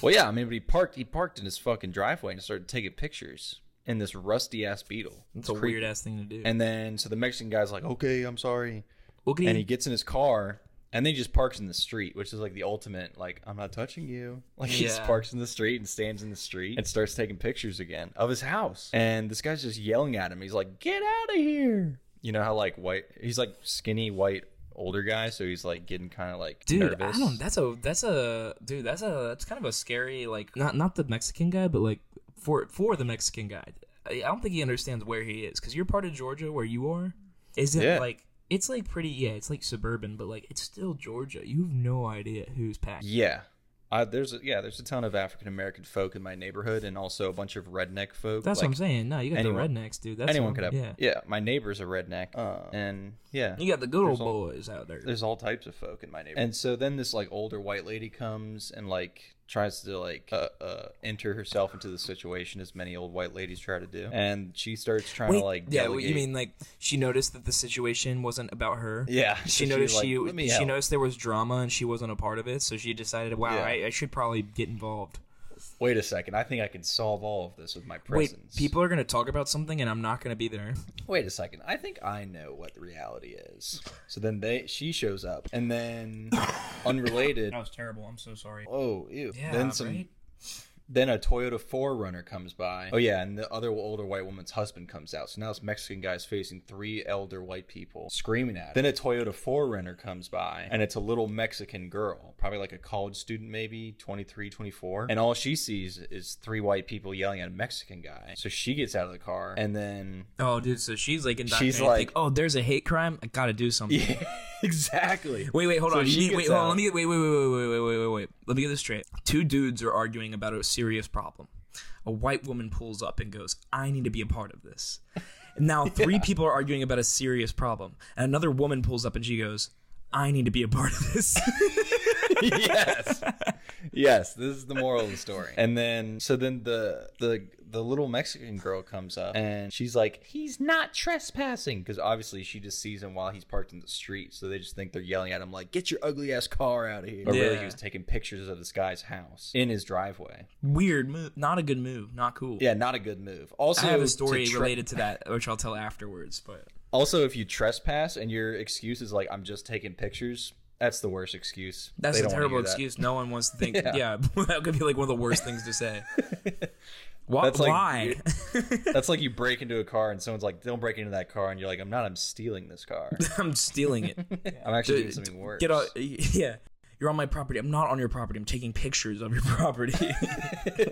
[SPEAKER 4] Well, yeah, I mean, but he parked, he parked in his fucking driveway and started taking pictures in this rusty ass beetle.
[SPEAKER 1] That's a
[SPEAKER 4] creepy.
[SPEAKER 1] weird ass thing to do.
[SPEAKER 4] And then, so the Mexican guy's like, Okay, I'm sorry.
[SPEAKER 1] okay.
[SPEAKER 4] And he gets in his car. And then he just parks in the street, which is like the ultimate, like, I'm not touching you. Like, he just
[SPEAKER 1] Yeah.
[SPEAKER 4] parks in the street and stands in the street and starts taking pictures again of his house. And this guy's just yelling at him. He's like, get out of here. You know how, like, white, he's like skinny, white, older guy. So he's like getting kind of like
[SPEAKER 1] dude,
[SPEAKER 4] nervous.
[SPEAKER 1] I don't that's a that's a dude, that's a that's kind of a scary like not not the Mexican guy, but like for for the Mexican guy. I I don't think he understands where he is cuz you're part of Georgia where you are. Isn't
[SPEAKER 4] Yeah.
[SPEAKER 1] like it's like pretty yeah, it's like suburban, but like it's still Georgia. You have no idea who's packed.
[SPEAKER 4] yeah. Uh, there's a, yeah, there's a ton of African American folk in my neighborhood, and also a bunch of redneck folk.
[SPEAKER 1] That's what I'm
[SPEAKER 4] Like,
[SPEAKER 1] saying. No, you got
[SPEAKER 4] anyone-
[SPEAKER 1] the rednecks, dude. That's
[SPEAKER 4] Anyone
[SPEAKER 1] what
[SPEAKER 4] could
[SPEAKER 1] I'm-
[SPEAKER 4] have. Yeah.
[SPEAKER 1] Yeah.
[SPEAKER 4] my neighbor's a redneck, and yeah,
[SPEAKER 1] You got the good old
[SPEAKER 4] There's all-
[SPEAKER 1] boys out there.
[SPEAKER 4] there's all types of folk in my neighborhood. And so then this like older white lady comes and like tries to like uh, uh enter herself into the situation as many old white ladies try to do. And she starts trying
[SPEAKER 1] Wait,
[SPEAKER 4] to like
[SPEAKER 1] yeah, what
[SPEAKER 4] delegate.
[SPEAKER 1] you mean like she noticed that the situation wasn't about her?
[SPEAKER 4] yeah,
[SPEAKER 1] She
[SPEAKER 4] so
[SPEAKER 1] noticed
[SPEAKER 4] was like,
[SPEAKER 1] she
[SPEAKER 4] "Let me
[SPEAKER 1] she
[SPEAKER 4] help."
[SPEAKER 1] noticed there was drama and she wasn't a part of it, so she decided, wow,
[SPEAKER 4] Yeah.
[SPEAKER 1] I, I should probably get involved.
[SPEAKER 4] wait a second, I think I can solve all of this with my presence.
[SPEAKER 1] Wait, people are gonna talk about something, and I'm not gonna be there.
[SPEAKER 4] wait a second, I think I know what the reality is. So then they she shows up, and then unrelated.
[SPEAKER 2] That was terrible. I'm so sorry.
[SPEAKER 4] Oh, ew.
[SPEAKER 1] Yeah,
[SPEAKER 4] then some.
[SPEAKER 1] right?
[SPEAKER 4] Then a Toyota 4Runner comes by. Oh yeah, and the other older white woman's husband comes out. So now this Mexican guy's facing three elder white people screaming at him. Then a Toyota 4Runner comes by, and it's a little Mexican girl, probably like a college student maybe, 23, 24. And all she sees is three white people yelling at a Mexican guy. So she gets out of the car, and then
[SPEAKER 1] Oh, dude. So she's like, indoctrinated.
[SPEAKER 4] She's
[SPEAKER 1] She's like,
[SPEAKER 4] like-
[SPEAKER 1] oh, there's a hate crime. I gotta do something.
[SPEAKER 4] yeah, exactly.
[SPEAKER 1] Wait, wait, hold
[SPEAKER 4] So
[SPEAKER 1] on.
[SPEAKER 4] she
[SPEAKER 1] She,
[SPEAKER 4] gets
[SPEAKER 1] wait, hold on.
[SPEAKER 4] out.
[SPEAKER 1] Let me wait, wait, wait, wait, wait, wait, wait, wait, wait. Let me get this straight. Two dudes are arguing about a serious problem. A white woman pulls up and goes, "I need to be a part of this." And Now three people are arguing about a serious problem, and another woman pulls up and she goes, "I need to be a part of this."
[SPEAKER 4] yes. Yes, this is the moral of the story. And then so then the the the little Mexican girl comes up and she's like, "He's not trespassing" because obviously she just sees him while he's parked in the street, so they just think they're yelling at him like, "Get your ugly ass car out of here." But really
[SPEAKER 1] Yeah.
[SPEAKER 4] he was taking pictures of this guy's house in his driveway.
[SPEAKER 1] Weird move. Not a good move. Not cool.
[SPEAKER 4] Yeah, not a good move. Also
[SPEAKER 1] I have a story
[SPEAKER 4] to tre-
[SPEAKER 1] related to that, which I'll tell afterwards. But
[SPEAKER 4] Also, if you trespass and your excuse is like, "I'm just taking pictures," that's the worst excuse.
[SPEAKER 1] that's
[SPEAKER 4] They
[SPEAKER 1] a
[SPEAKER 4] don't wanna
[SPEAKER 1] terrible
[SPEAKER 4] hear that.
[SPEAKER 1] excuse. No one wants to think.
[SPEAKER 4] Yeah.
[SPEAKER 1] Yeah, that could be like one of the worst things to say. Why?
[SPEAKER 4] That's like-
[SPEAKER 1] why?
[SPEAKER 4] That's like you break into a car and someone's like, "Don't break into that car," and you're like, "I'm not. I'm stealing this car.
[SPEAKER 1] I'm stealing it.
[SPEAKER 4] I'm actually doing
[SPEAKER 1] Dude,
[SPEAKER 4] something worse."
[SPEAKER 1] Get out. Yeah. You're on my property. I'm not on your property. I'm taking pictures of your property.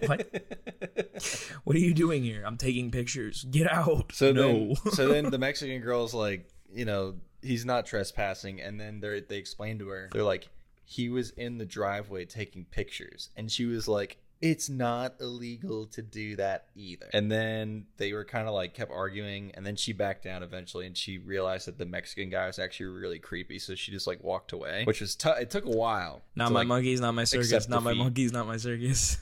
[SPEAKER 1] what? what are you doing here? I'm taking pictures. Get out.
[SPEAKER 4] So
[SPEAKER 1] no.
[SPEAKER 4] then, so then the Mexican girl's like, you know, he's not trespassing, and then they they explain to her, they're like, he was in the driveway taking pictures, and she was like. It's not illegal to do that either. And then they were kind of like kept arguing, and then she backed down eventually, and she realized that the Mexican guy was actually really creepy, so she just like walked away, which was t- it took a while.
[SPEAKER 1] not
[SPEAKER 4] to,
[SPEAKER 1] my
[SPEAKER 4] like,
[SPEAKER 1] monkeys. Not my circus.
[SPEAKER 4] accept
[SPEAKER 1] Not my
[SPEAKER 4] defeat.
[SPEAKER 1] monkeys. Not my circus.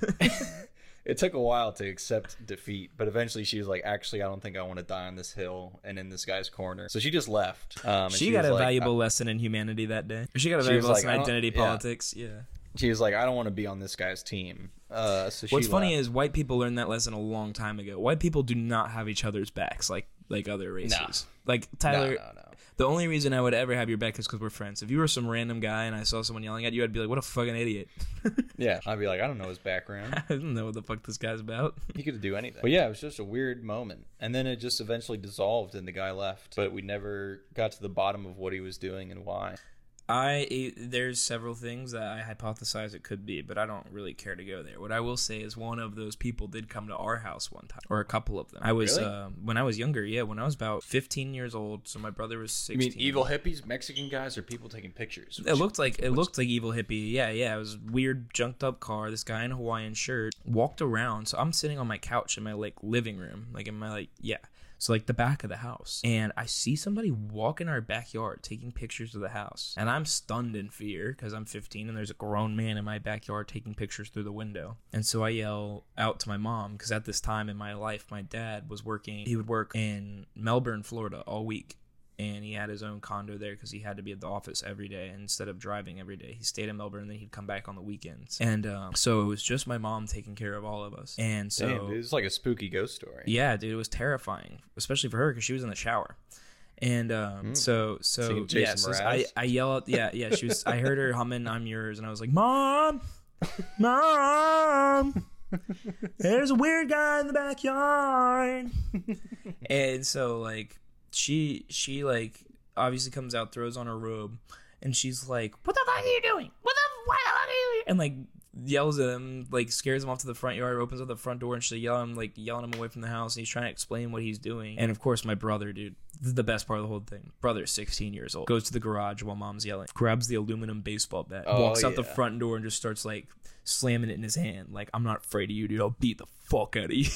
[SPEAKER 4] it took a while to accept defeat, but eventually she was like, "Actually, I don't think I want to die on this hill and in this guy's corner." So she just left. Um, and
[SPEAKER 1] she, got
[SPEAKER 4] was
[SPEAKER 1] a
[SPEAKER 4] like,
[SPEAKER 1] valuable lesson in humanity that day. She got a
[SPEAKER 4] She
[SPEAKER 1] valuable
[SPEAKER 4] was like,
[SPEAKER 1] lesson
[SPEAKER 4] I
[SPEAKER 1] in
[SPEAKER 4] don't-
[SPEAKER 1] identity
[SPEAKER 4] yeah.
[SPEAKER 1] politics. Yeah.
[SPEAKER 4] I- she was like, "I don't want to be on this guy's team." Uh, so
[SPEAKER 1] What's
[SPEAKER 4] she
[SPEAKER 1] funny
[SPEAKER 4] left.
[SPEAKER 1] is white people learned that lesson a long time ago. White people do not have each other's backs like like other races. Like Tyler,
[SPEAKER 4] no, no, no.
[SPEAKER 1] The only reason I would ever have your back is because we're friends. If you were some random guy and I saw someone yelling at you, I'd be like, "What a fucking idiot!
[SPEAKER 4] Yeah, I'd be like, "I don't know his background.
[SPEAKER 1] I don't know what the fuck this guy's about."
[SPEAKER 4] he could do anything." But yeah, it was just a weird moment, and then it just eventually dissolved, and the guy left. But we never got to the bottom of what he was doing and why.
[SPEAKER 1] I there's several things that I hypothesize it could be, but I don't really care to go there. What I will say is one of those people did come to our house one time, or a couple of them. I was
[SPEAKER 4] Really?
[SPEAKER 1] um, when I was younger, yeah, when I was about 15 years old. So my brother was 16.
[SPEAKER 4] hippies, Mexican guys, or people taking pictures?
[SPEAKER 1] It looked like it looked like evil hippie. Yeah, yeah. It was a weird junked up car. This guy in a Hawaiian shirt walked around. So I'm sitting on my couch in my like living room, like in my like yeah. So like the back of the house, and I see somebody walk in our backyard taking pictures of the house, and I'm stunned in fear because I'm 15 and there's a grown man in my backyard taking pictures through the window, and so I yell out to my mom because at this time in my life, my dad was working. He would work in Melbourne, Florida, all week, and he had his own condo there because he had to be at the office every day instead of driving every day. He stayed in Melbourne and then he'd come back on the weekends. And um, so it was just my mom taking care of all of us. And so,
[SPEAKER 4] Damn, dude, it's like a spooky ghost story.
[SPEAKER 1] yeah, dude, it was terrifying, especially for her because she was in the shower. And um,
[SPEAKER 4] Hmm.
[SPEAKER 1] so, so
[SPEAKER 4] Singing
[SPEAKER 1] yeah,
[SPEAKER 4] Jason
[SPEAKER 1] so I,
[SPEAKER 4] Mraz?
[SPEAKER 1] I yell out, yeah, yeah. She was. I heard her humming "I'm Yours" and I was like, "Mom, mom." There's a weird guy in the backyard. and so like she she like obviously comes out, throws on her robe, and she's like, What the fuck are you doing? What the what the fuck are you doing?" And like yells at him, like scares him off to the front yard, opens up the front door and she's yelling him like yelling him away from the house and he's trying to explain what he's doing. And of course my brother, dude, this is the best part of the whole thing. Brother's sixteen years old, goes to the garage while mom's yelling, grabs the aluminum baseball bat,
[SPEAKER 4] Oh,
[SPEAKER 1] walks out the
[SPEAKER 4] yeah.
[SPEAKER 1] front door and just starts like slamming it in his hand. Like, I'm not afraid of you, dude. I'll beat the fuck out of you.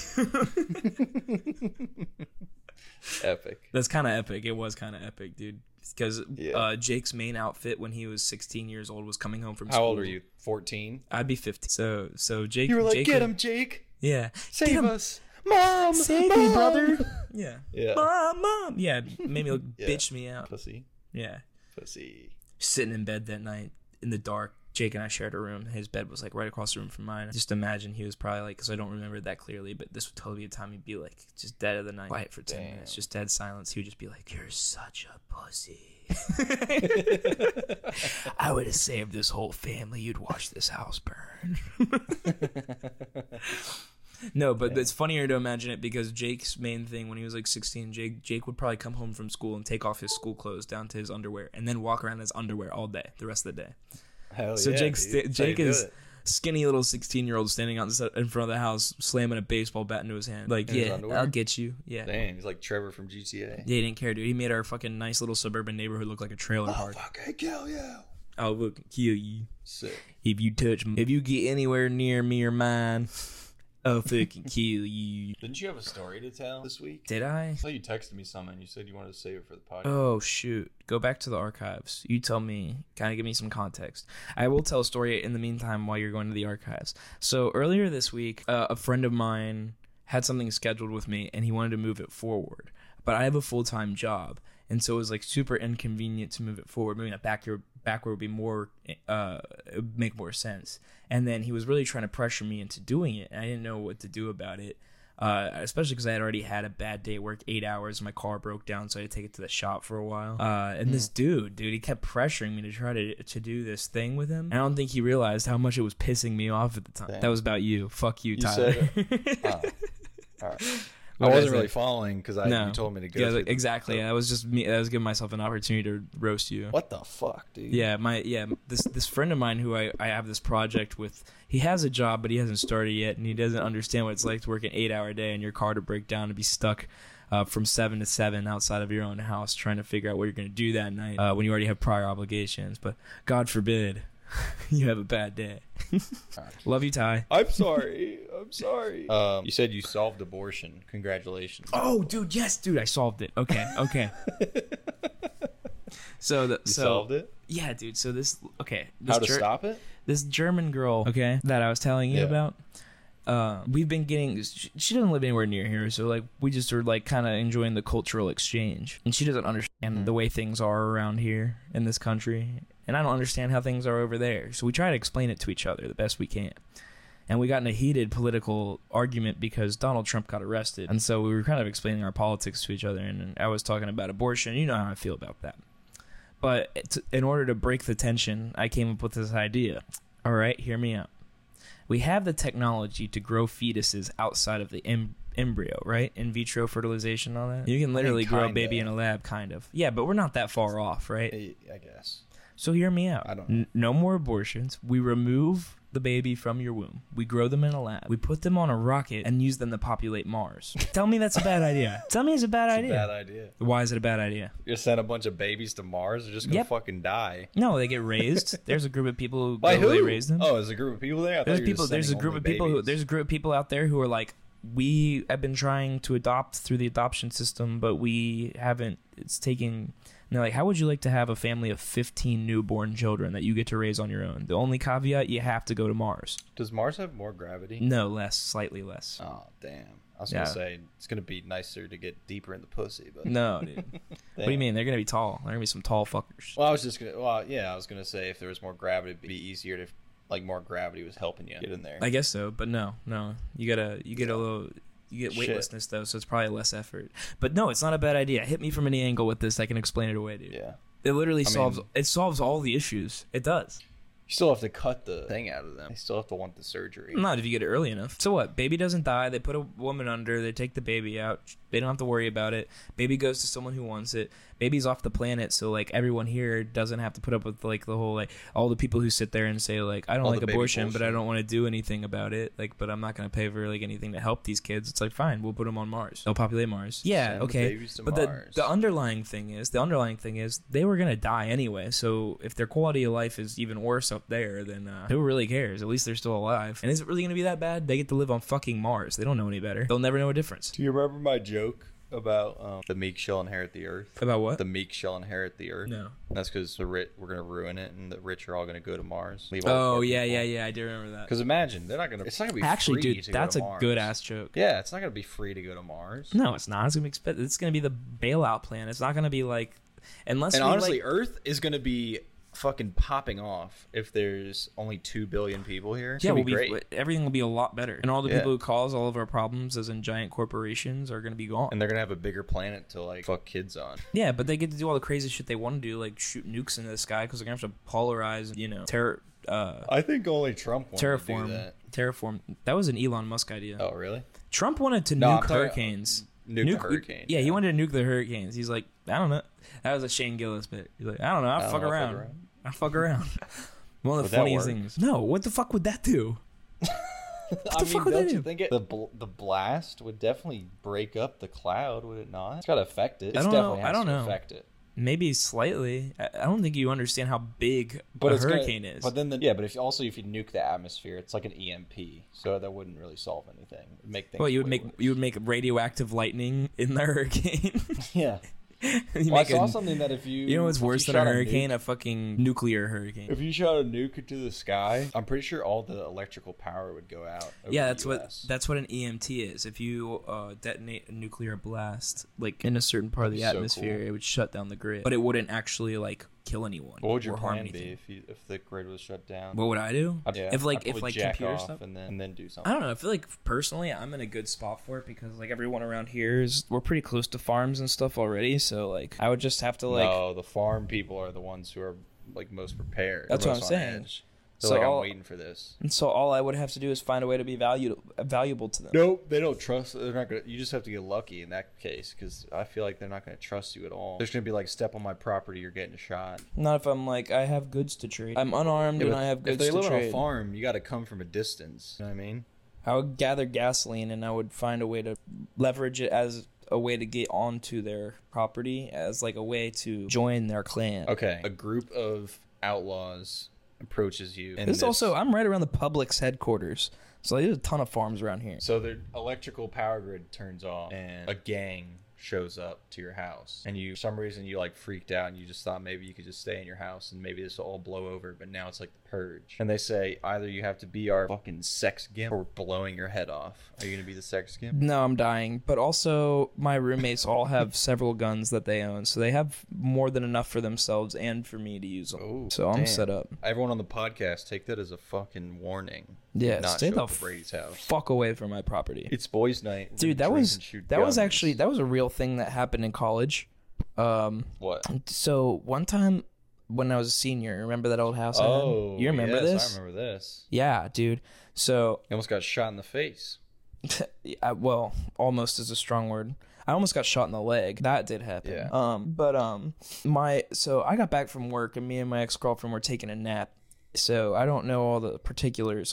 [SPEAKER 4] epic.
[SPEAKER 1] That's kind of epic. It was kind of epic, dude. Because
[SPEAKER 4] Yeah.
[SPEAKER 1] uh, Jake's main outfit when he was 16 years old was coming home from
[SPEAKER 4] How
[SPEAKER 1] school.
[SPEAKER 4] old are you? Fourteen.
[SPEAKER 1] I'd be 15. So, so Jake.
[SPEAKER 4] You were like,
[SPEAKER 1] Jake
[SPEAKER 4] "Get him, Jake!
[SPEAKER 1] Yeah.
[SPEAKER 4] Save
[SPEAKER 1] Get him.
[SPEAKER 4] us, Mom!
[SPEAKER 1] Save
[SPEAKER 4] Mom!
[SPEAKER 1] me, brother. Yeah.
[SPEAKER 4] Yeah.
[SPEAKER 1] Mom, mom. Yeah. Made me look,
[SPEAKER 4] Yeah.
[SPEAKER 1] bitch me out.
[SPEAKER 4] Pussy,
[SPEAKER 1] Yeah.
[SPEAKER 4] pussy.
[SPEAKER 1] Sitting in bed that night in the dark, Jake and I shared a room. His bed was like right across the room from mine. Just imagine he was probably like, because I don't remember it that clearly, but this would totally be a time he'd be like, just dead of the night, quiet for 10
[SPEAKER 4] Damn.
[SPEAKER 1] minutes, just dead silence. He would just be like, You're such a pussy. I would have saved this whole family. You'd watch this house burn. No, but it's funnier to imagine it because Jake's main thing when he was like 16, Jake Jake would probably come home from school and take off his school clothes down to his underwear and then walk around in his underwear all day, the rest of the day.
[SPEAKER 4] Hell
[SPEAKER 1] So
[SPEAKER 4] yeah,
[SPEAKER 1] Jake's
[SPEAKER 4] dude. That's how you
[SPEAKER 1] Jake
[SPEAKER 4] do
[SPEAKER 1] is
[SPEAKER 4] it.
[SPEAKER 1] skinny little 16 year old standing out in front of the house slamming a baseball bat into his hand. Like,
[SPEAKER 4] In his
[SPEAKER 1] yeah,
[SPEAKER 4] underwear?
[SPEAKER 1] I'll get you. Yeah.
[SPEAKER 4] Damn, he's like Trevor from GTA.
[SPEAKER 1] Yeah, he didn't care, dude. He made our fucking nice little suburban neighborhood look like a trailer park.
[SPEAKER 4] Okay, Oh, kill you.
[SPEAKER 1] I'll look, kill you
[SPEAKER 4] Sick.
[SPEAKER 1] if you touch me. If you get anywhere near me or mine, I'll fucking kill you.
[SPEAKER 4] Didn't you have a story to tell this week?
[SPEAKER 1] Did I?
[SPEAKER 4] I know you texted me something. You said you wanted to save it for the podcast.
[SPEAKER 1] Oh shoot! Go back to the archives. You tell me. Kind of give me some context. I will tell a story in the meantime while you're going to the archives. So earlier this week, uh, a friend of mine had something scheduled with me, and he wanted to move it forward. But I have a full time job, and so it was like super inconvenient to move it forward. Moving it backward backward would be more uh, it would make more sense. And then he was really trying to pressure me into doing it, and I didn't know what to do about it uh, especially because I had already had a bad day at work, eight hours. My car broke down, so I had to take it to the shop for a while. Uh, and this dude, dude, he kept pressuring me to try to to do this thing with him. I don't think he realized how much it was pissing me off at the time. That was about you. Fuck you, Tyler.
[SPEAKER 4] said All right. I wasn't really following because I
[SPEAKER 1] no,
[SPEAKER 4] you told me to go.
[SPEAKER 1] Yeah,
[SPEAKER 4] through
[SPEAKER 1] like,
[SPEAKER 4] the-
[SPEAKER 1] exactly. That was just me. I was giving myself an opportunity to roast you.
[SPEAKER 4] What the fuck, dude?
[SPEAKER 1] Yeah, my yeah, this this friend of mine who I, I have this project with, he has a job but he hasn't started yet and he doesn't understand what it's like to work an eight hour day and your car to break down and be stuck uh, from seven to seven outside of your own house trying to figure out what you're gonna do that night uh, when you already have prior obligations. But God forbid you have a bad day. Love you, Ty.
[SPEAKER 4] I'm sorry. I'm sorry. Um, you said you solved abortion. Congratulations.
[SPEAKER 1] Oh, dude, yes, dude, I solved it. Okay, okay. so the,
[SPEAKER 4] you
[SPEAKER 1] so
[SPEAKER 4] solved it.
[SPEAKER 1] yeah, dude. So this okay. This
[SPEAKER 4] How to
[SPEAKER 1] jer-
[SPEAKER 4] stop it?
[SPEAKER 1] this German girl, okay, that I was telling you
[SPEAKER 4] Yeah.
[SPEAKER 1] about. Uh, we've been getting. She, she doesn't live anywhere near here, so like we just are like kind of enjoying the cultural exchange, and she doesn't understand the way things are around here in this country, and I don't understand how things are over there. So we try to explain it to each other the best we can. And we got in a heated political argument because Donald Trump got arrested. And so we were kind of explaining our politics to each other. And I was talking about abortion. You know how I feel about that. But t- in order to break the tension, I came up with this idea. All right, hear me out. We have the technology to grow fetuses outside of the em- embryo, right? In vitro fertilization, and all that. You can literally grow a
[SPEAKER 4] kinda.
[SPEAKER 1] baby in a lab, kind of. Yeah, but we're not that far off, right?
[SPEAKER 4] Eh, I guess.
[SPEAKER 1] So hear me out.
[SPEAKER 4] I don't
[SPEAKER 1] N- no more abortions. We remove the baby from your womb. We grow them in a lab. We put them on a rocket and use them to populate Mars. Tell me that's a bad idea. Tell me it's a bad
[SPEAKER 4] It's
[SPEAKER 1] idea.
[SPEAKER 4] a bad idea.
[SPEAKER 1] Why is it a bad idea?
[SPEAKER 4] You're gonna send a bunch of babies to Mars. They're just gonna
[SPEAKER 1] Yep.
[SPEAKER 4] fucking die.
[SPEAKER 1] No, they get raised. there's a group of people who
[SPEAKER 4] By
[SPEAKER 1] illegally
[SPEAKER 4] who?
[SPEAKER 1] raise them.
[SPEAKER 4] Oh, there's a group of people there. I thought
[SPEAKER 1] there's
[SPEAKER 4] you were just
[SPEAKER 1] people. There's a
[SPEAKER 4] sending
[SPEAKER 1] group
[SPEAKER 4] only
[SPEAKER 1] of people. Who,
[SPEAKER 4] babies.
[SPEAKER 1] there's a group of people out there who are like, we have been trying to adopt through the adoption system, but we haven't. It's taking. And they're like, how would you like to have a family of 15 newborn children that you get to raise on your own? The only caveat, you have to go to Mars.
[SPEAKER 4] Does Mars have more gravity?
[SPEAKER 1] No, less, slightly less.
[SPEAKER 4] Oh damn! I was
[SPEAKER 1] Yeah.
[SPEAKER 4] gonna say it's gonna be nicer to get deeper in the pussy, but
[SPEAKER 1] No, dude. what do you
[SPEAKER 4] Damn.
[SPEAKER 1] mean? They're gonna be tall. They're gonna be some tall fuckers.
[SPEAKER 4] Well, I was just gonna. Well, yeah, I was gonna say if there was more gravity, it'd be easier to, like, more gravity was helping you get in there.
[SPEAKER 1] I guess so, but no, no. You gotta, you get a little, you get
[SPEAKER 4] Shit.
[SPEAKER 1] weightlessness though, so it's probably less effort. But no, it's not a bad idea. Hit me from any angle with this, I can explain it away, dude.
[SPEAKER 4] yeah.
[SPEAKER 1] It literally solves,
[SPEAKER 4] mean-
[SPEAKER 1] it solves all the issues. It does.
[SPEAKER 4] You still have to cut the thing out of them. They still have to want the surgery.
[SPEAKER 1] Not if you get it early enough. So what? Baby doesn't die. They put a woman under. They take the baby out. They don't have to worry about it. Baby goes to someone who wants it. Baby's off the planet, so like everyone here doesn't have to put up with like the whole like all the people who sit there and say like I don't
[SPEAKER 4] All
[SPEAKER 1] like
[SPEAKER 4] the baby
[SPEAKER 1] abortion, but I
[SPEAKER 4] bullshit.
[SPEAKER 1] don't want to do anything about it. Like, but I'm not gonna pay for like anything to help these kids. It's like fine, we'll put them on Mars. They'll populate Mars. Yeah,
[SPEAKER 4] Send the
[SPEAKER 1] okay.
[SPEAKER 4] babies to
[SPEAKER 1] but the
[SPEAKER 4] Mars.
[SPEAKER 1] the underlying thing is the underlying thing is they were gonna die anyway. So if their quality of life is even worse up there, then uh, who really cares? At least they're still alive. And is it really gonna be that bad? They get to live on fucking Mars. They don't know any better. They'll never know a difference.
[SPEAKER 4] Do you remember my joke about um, the meek shall inherit the earth?
[SPEAKER 1] About what?
[SPEAKER 4] The meek shall inherit the earth.
[SPEAKER 1] No.
[SPEAKER 4] That's because the rich we're gonna ruin it, and the rich are all gonna go to Mars.
[SPEAKER 1] oh yeah, yeah, yeah. I do remember that.
[SPEAKER 4] Because imagine they're not gonna. It's not gonna be
[SPEAKER 1] Actually,
[SPEAKER 4] free
[SPEAKER 1] dude,
[SPEAKER 4] to go
[SPEAKER 1] that's a
[SPEAKER 4] to Mars.
[SPEAKER 1] good ass joke.
[SPEAKER 4] Yeah, it's not gonna be free to go to Mars.
[SPEAKER 1] No, it's not. It's gonna be exp- It's gonna be the bailout plan. It's not gonna be like, unless
[SPEAKER 4] And
[SPEAKER 1] we,
[SPEAKER 4] honestly,
[SPEAKER 1] like,
[SPEAKER 4] Earth is gonna be fucking popping off if there's only two billion people here. It's
[SPEAKER 1] yeah,
[SPEAKER 4] gonna
[SPEAKER 1] we'll
[SPEAKER 4] be
[SPEAKER 1] be,
[SPEAKER 4] great.
[SPEAKER 1] everything will be a lot better, and all the
[SPEAKER 4] Yeah.
[SPEAKER 1] people who cause all of our problems, as in giant corporations, are going to be gone.
[SPEAKER 4] and they're gonna have a bigger planet to like fuck kids on.
[SPEAKER 1] yeah, but they get to do all the crazy shit they want to do, like shoot nukes into the sky because they're going to have to polarize, you know, terror, uh,
[SPEAKER 4] I think only Trump wanted to do
[SPEAKER 1] terraform,
[SPEAKER 4] that.
[SPEAKER 1] terraform. That was an Elon Musk idea.
[SPEAKER 4] Oh, really?
[SPEAKER 1] Trump wanted to
[SPEAKER 4] No, I'm
[SPEAKER 1] nuke
[SPEAKER 4] talking-
[SPEAKER 1] hurricanes.
[SPEAKER 4] Nuke, the hurricane.
[SPEAKER 1] Yeah, he wanted to nuke the hurricanes. He's like, I don't know. That was a Shane Gillis bit. He's like, I don't know. I
[SPEAKER 4] Oh, I don't
[SPEAKER 1] fuck
[SPEAKER 4] know, I fuck
[SPEAKER 1] around.
[SPEAKER 4] around.
[SPEAKER 1] I fuck around. One of
[SPEAKER 4] Would
[SPEAKER 1] the
[SPEAKER 4] that
[SPEAKER 1] funniest
[SPEAKER 4] work?
[SPEAKER 1] things. No, what the fuck would that do?
[SPEAKER 4] I
[SPEAKER 1] the
[SPEAKER 4] mean,
[SPEAKER 1] fuck would
[SPEAKER 4] don't
[SPEAKER 1] they
[SPEAKER 4] you
[SPEAKER 1] do?
[SPEAKER 4] think it, the bl- the blast would definitely break up the cloud? Would it not? It's gotta affect it. It's
[SPEAKER 1] I don't know.
[SPEAKER 4] definitely
[SPEAKER 1] I
[SPEAKER 4] has
[SPEAKER 1] don't
[SPEAKER 4] to
[SPEAKER 1] know.
[SPEAKER 4] affect it.
[SPEAKER 1] Maybe slightly. I, I don't think you understand how big
[SPEAKER 4] But
[SPEAKER 1] a
[SPEAKER 4] it's gonna-
[SPEAKER 1] hurricane is.
[SPEAKER 4] But then, the, yeah. But if also if you nuke the atmosphere, it's like an EMP, so that wouldn't really solve anything. It'd Make things.
[SPEAKER 1] well, you would
[SPEAKER 4] way
[SPEAKER 1] make
[SPEAKER 4] worse.
[SPEAKER 1] you would make radioactive lightning in the hurricane.
[SPEAKER 4] Yeah.
[SPEAKER 1] you,
[SPEAKER 4] Well, I
[SPEAKER 1] make
[SPEAKER 4] saw
[SPEAKER 1] a-
[SPEAKER 4] something that if you
[SPEAKER 1] you know what's
[SPEAKER 4] if you
[SPEAKER 1] worse than a
[SPEAKER 4] shot
[SPEAKER 1] hurricane?
[SPEAKER 4] nuke-
[SPEAKER 1] A, fucking nuclear hurricane.
[SPEAKER 4] if you shot a nuke into the sky, I'm pretty sure all the electrical power would go out. over
[SPEAKER 1] yeah,
[SPEAKER 4] the
[SPEAKER 1] that's what
[SPEAKER 4] US.
[SPEAKER 1] that's what an EMT is. If you uh, detonate a nuclear blast like in a certain part of the
[SPEAKER 4] That'd be so
[SPEAKER 1] atmosphere,
[SPEAKER 4] cool.
[SPEAKER 1] it would shut down the grid, but it wouldn't actually like kill anyone.
[SPEAKER 4] What would your
[SPEAKER 1] or harm
[SPEAKER 4] plan be
[SPEAKER 1] anything.
[SPEAKER 4] if you, if the grid was shut down?
[SPEAKER 1] What would I do?
[SPEAKER 4] I'd- yeah,
[SPEAKER 1] if like
[SPEAKER 4] I'd
[SPEAKER 1] if
[SPEAKER 4] probably
[SPEAKER 1] like
[SPEAKER 4] jack
[SPEAKER 1] computer
[SPEAKER 4] off
[SPEAKER 1] stuff.
[SPEAKER 4] and then and then do something.
[SPEAKER 1] I don't know. I feel like personally, I'm in a good spot for it because like everyone around here is we're pretty close to farms and stuff already. So like I would just have to like
[SPEAKER 4] no, the farm people are the ones who are like most prepared.
[SPEAKER 1] That's what I'm
[SPEAKER 4] most on
[SPEAKER 1] saying.
[SPEAKER 4] edge. They're
[SPEAKER 1] So
[SPEAKER 4] like,
[SPEAKER 1] all-
[SPEAKER 4] I'm waiting for this.
[SPEAKER 1] and so all I would have to do is find a way to be valuable valuable to them.
[SPEAKER 4] Nope, they don't trust. They're not gonna. You just have to get lucky in that case because I feel like they're not gonna trust you at all. There's gonna be like step on my property, you're getting shot.
[SPEAKER 1] Not if I'm like I have goods to trade. I'm unarmed and I have
[SPEAKER 4] if
[SPEAKER 1] goods
[SPEAKER 4] they
[SPEAKER 1] to
[SPEAKER 4] live on a
[SPEAKER 1] trade.
[SPEAKER 4] farm, you got to come from a distance. You know what I mean?
[SPEAKER 1] I would gather gasoline and I would find a way to leverage it as a way to get onto their property as like a way to join their clan.
[SPEAKER 4] Okay, a group of outlaws approaches you. And
[SPEAKER 1] This is also I'm right around the Publix headquarters. So there's a ton of farms around here.
[SPEAKER 4] So the electrical power grid turns off, and a gang shows up to your house. And you, for some reason, you like freaked out, and you just thought maybe you could just stay in your house, and maybe this will all blow over. But now it's like the purge. And they say either you have to be our fucking sex gimp, or we're blowing your head off. Are you gonna be the sex gimp?
[SPEAKER 1] No, I'm dying. But also my roommates all have several guns that they own, so they have more than enough for themselves and for me to use them.
[SPEAKER 4] Oh,
[SPEAKER 1] so I'm
[SPEAKER 4] damn.
[SPEAKER 1] set up.
[SPEAKER 4] Everyone on the podcast, take that as a fucking warning.
[SPEAKER 1] Yeah,
[SPEAKER 4] not
[SPEAKER 1] stay
[SPEAKER 4] show
[SPEAKER 1] the
[SPEAKER 4] up at Brady's house.
[SPEAKER 1] fuck away from my property.
[SPEAKER 4] It's boys' night, We're
[SPEAKER 1] Dude,
[SPEAKER 4] gonna
[SPEAKER 1] that
[SPEAKER 4] drink
[SPEAKER 1] was
[SPEAKER 4] and shoot
[SPEAKER 1] that was
[SPEAKER 4] guns.
[SPEAKER 1] actually that was a real thing that happened in college. Um
[SPEAKER 4] what?
[SPEAKER 1] So one time when I was a senior, remember that old house? I had?
[SPEAKER 4] Oh,
[SPEAKER 1] you remember
[SPEAKER 4] yes,
[SPEAKER 1] this?
[SPEAKER 4] I remember this.
[SPEAKER 1] Yeah, dude. So,
[SPEAKER 4] You almost got shot in the face.
[SPEAKER 1] I, well, almost is a strong word. I almost got shot in the leg. That did happen.
[SPEAKER 4] Yeah.
[SPEAKER 1] Um, but um, my so I got back from work and me and my ex girlfriend were taking a nap. So I don't know all the particulars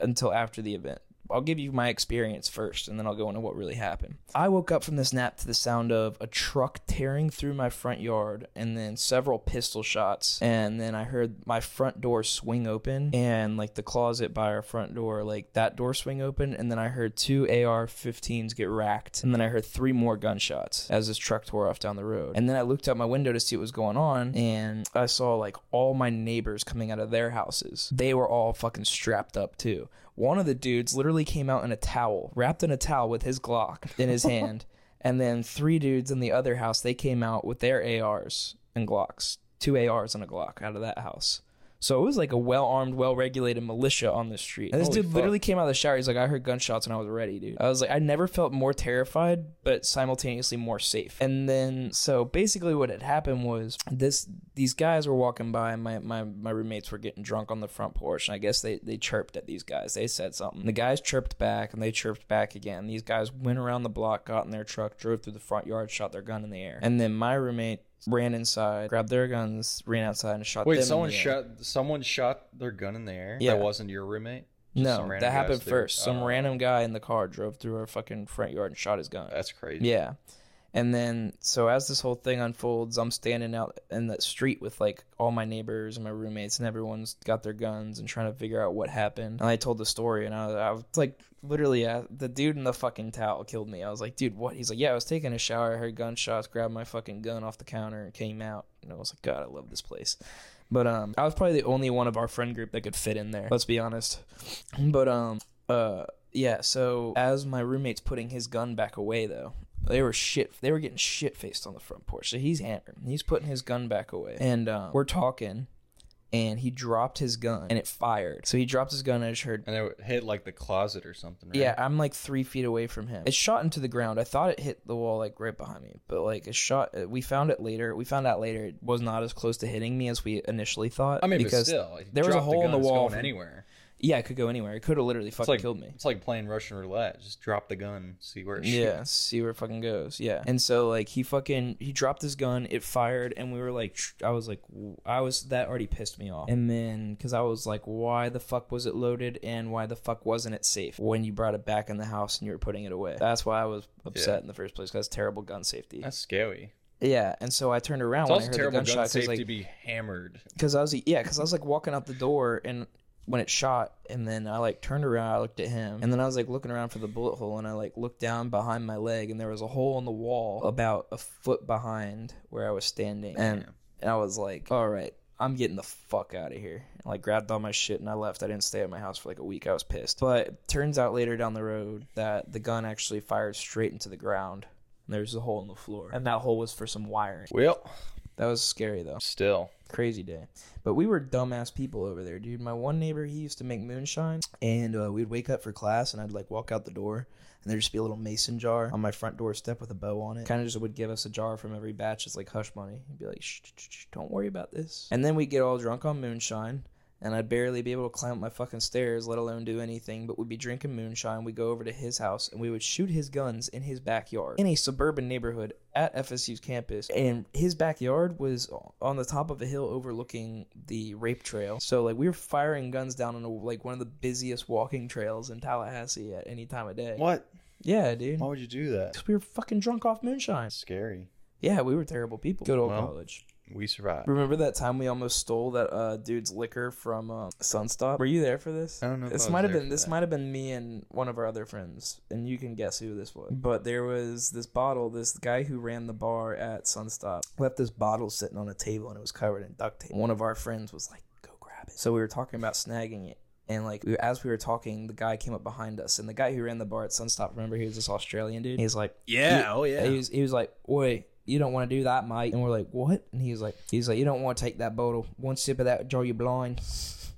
[SPEAKER 1] until after the event. I'll give you my experience first, and then I'll go into what really happened. I woke up from this nap to the sound of a truck tearing through my front yard, and then several pistol shots. And then I heard my front door swing open, and like the closet by our front door, like that door swing open. And then I heard two AR 15s get racked, and then I heard three more gunshots as this truck tore off down the road. And then I looked out my window to see what was going on, and I saw like all my neighbors coming out of their houses. They were all fucking strapped up too. One of the dudes literally came out in a towel, wrapped in a towel with his Glock in his hand. And then three dudes in the other house, they came out with their ARs and Glocks. Two ARs and a Glock out of that house. So it was like a well armed, well regulated militia on the street. And this
[SPEAKER 4] Holy
[SPEAKER 1] dude
[SPEAKER 4] fuck.
[SPEAKER 1] literally came out of the shower. He's like, I heard gunshots and I was ready, dude. I was like, I never felt more terrified, but simultaneously more safe. And then, so basically, what had happened was this: these guys were walking by, and my my, my roommates were getting drunk on the front porch, and I guess they they chirped at these guys. They said something. The guys chirped back, and they chirped back again. These guys went around the block, got in their truck, drove through the front yard, shot their gun in the air, and then my roommate ran inside, grabbed their guns, ran outside, and shot. them
[SPEAKER 4] Wait,
[SPEAKER 1] in
[SPEAKER 4] someone
[SPEAKER 1] the air.
[SPEAKER 4] shot someone shot their gun in the air.
[SPEAKER 1] Yeah.
[SPEAKER 4] That wasn't your roommate. Just
[SPEAKER 1] No,
[SPEAKER 4] some random
[SPEAKER 1] that
[SPEAKER 4] guy
[SPEAKER 1] happened
[SPEAKER 4] stood-
[SPEAKER 1] first. Some
[SPEAKER 4] Oh,
[SPEAKER 1] random guy in the car drove through our fucking front yard and shot his gun.
[SPEAKER 4] That's crazy.
[SPEAKER 1] Yeah. And then, so as this whole thing unfolds, I'm standing out in the street with like all my neighbors and my roommates, and everyone's got their guns and trying to figure out what happened. And I told the story, and I was, I was like, literally, uh, the dude in the fucking towel killed me. I was like, dude, what? He's like, yeah, I was taking a shower, I heard gunshots, grabbed my fucking gun off the counter, and came out. And I was like, God, I love this place. But um, I was probably the only one of our friend group that could fit in there. Let's be honest. But um, uh, yeah. So as my roommate's putting his gun back away, though, they were shit. They were getting shit faced on the front porch. So he's hammered. He's putting his gun back away, and um, we're talking. and he dropped his gun and it fired. So he dropped his gun and I just heard
[SPEAKER 4] And it hit like the closet or something. Right?
[SPEAKER 1] yeah, I'm like three feet away from him. It shot into the ground. I thought it hit the wall like right behind me, but like it shot. uh, We found it later. We found out later it was not as close to hitting me as we initially thought.
[SPEAKER 4] I mean,
[SPEAKER 1] because
[SPEAKER 4] but still, if you
[SPEAKER 1] there was a
[SPEAKER 4] drop
[SPEAKER 1] hole in
[SPEAKER 4] gun,
[SPEAKER 1] the
[SPEAKER 4] it's
[SPEAKER 1] wall
[SPEAKER 4] Going
[SPEAKER 1] from-
[SPEAKER 4] anywhere.
[SPEAKER 1] yeah, it could go anywhere. It could have literally fucking
[SPEAKER 4] It's like
[SPEAKER 1] killed me.
[SPEAKER 4] It's like playing Russian roulette. Just drop the gun, see where it shoots.
[SPEAKER 1] Yeah, see where it fucking goes. Yeah, and so like he fucking he dropped his gun, it fired, and we were like, sh- I was like, w- I was that already pissed me off. And then because I was like, why the fuck was it loaded, and why the fuck wasn't it safe when you brought it back in the house and you were putting it away? That's why I was upset
[SPEAKER 4] Yeah.
[SPEAKER 1] in the first place. Cause that's terrible gun safety.
[SPEAKER 4] That's scary.
[SPEAKER 1] yeah, and so I turned around
[SPEAKER 4] It's
[SPEAKER 1] when I
[SPEAKER 4] also
[SPEAKER 1] heard the
[SPEAKER 4] terrible gun
[SPEAKER 1] gunshot
[SPEAKER 4] safe
[SPEAKER 1] because like
[SPEAKER 4] to be hammered.
[SPEAKER 1] because I was e, yeah, because I was like walking out the door and when it shot and then I like turned around, I looked at him and then I was like looking around for the bullet hole and I like looked down behind my leg and there was a hole in the wall about a foot behind where I was standing and, and I was like, all right. I'm getting the fuck out of here. And, like grabbed all my shit and I left. I didn't stay at my house for like a week. I was pissed. But it turns out later down the road that the gun actually fired straight into the ground. And there's a hole in the floor. And that hole was for some wiring.
[SPEAKER 4] Well,
[SPEAKER 1] That was scary though
[SPEAKER 4] still.
[SPEAKER 1] crazy day. But we were dumbass people over there, dude. My one neighbor, he used to make moonshine, and uh, we'd wake up for class, and I'd like walk out the door, and there'd just be a little mason jar on my front doorstep with a bow on it. Kind of just would give us a jar from every batch. It's like hush money. He'd be like, shh, shh, shh, shh, don't worry about this. And then we'd get all drunk on moonshine. And I'd barely be able to climb up my fucking stairs, let alone do anything. But we'd be drinking moonshine. We'd go over to his house and we would shoot his guns in his backyard in a suburban neighborhood at FSU's campus. And his backyard was on the top of a hill overlooking the rape trail. So, like, we were firing guns down on a, like one of the busiest walking trails in Tallahassee at any time of day.
[SPEAKER 4] What?
[SPEAKER 1] Yeah, dude.
[SPEAKER 4] would you do that?
[SPEAKER 1] Because we were fucking drunk off moonshine.
[SPEAKER 4] scary.
[SPEAKER 1] Yeah, we were terrible people. Good old
[SPEAKER 4] Well,
[SPEAKER 1] college.
[SPEAKER 4] We survived.
[SPEAKER 1] Remember that time we almost stole that uh, dude's liquor from uh, Sunstop? Were you there for this?
[SPEAKER 4] I don't know if I
[SPEAKER 1] This
[SPEAKER 4] was
[SPEAKER 1] might have
[SPEAKER 4] there
[SPEAKER 1] been
[SPEAKER 4] for
[SPEAKER 1] this
[SPEAKER 4] that.
[SPEAKER 1] might have been me and one of our other friends, and you can guess who this was. But there was this bottle. This guy who ran the bar at Sunstop left this bottle sitting on a table, and it was covered in duct tape. One of our friends was like, "Go grab it." So we were talking about snagging it. And like we- as we were talking, the guy came up behind us, and the guy who ran the bar at Sunstop, remember he was this Australian dude. He's like,
[SPEAKER 4] Yeah. oh
[SPEAKER 1] he was he was like, "Wait, you don't want to do that, mate." And we're like, "What?" And he was like, "He's like, you don't want to take that bottle. One sip of that, draw you blind."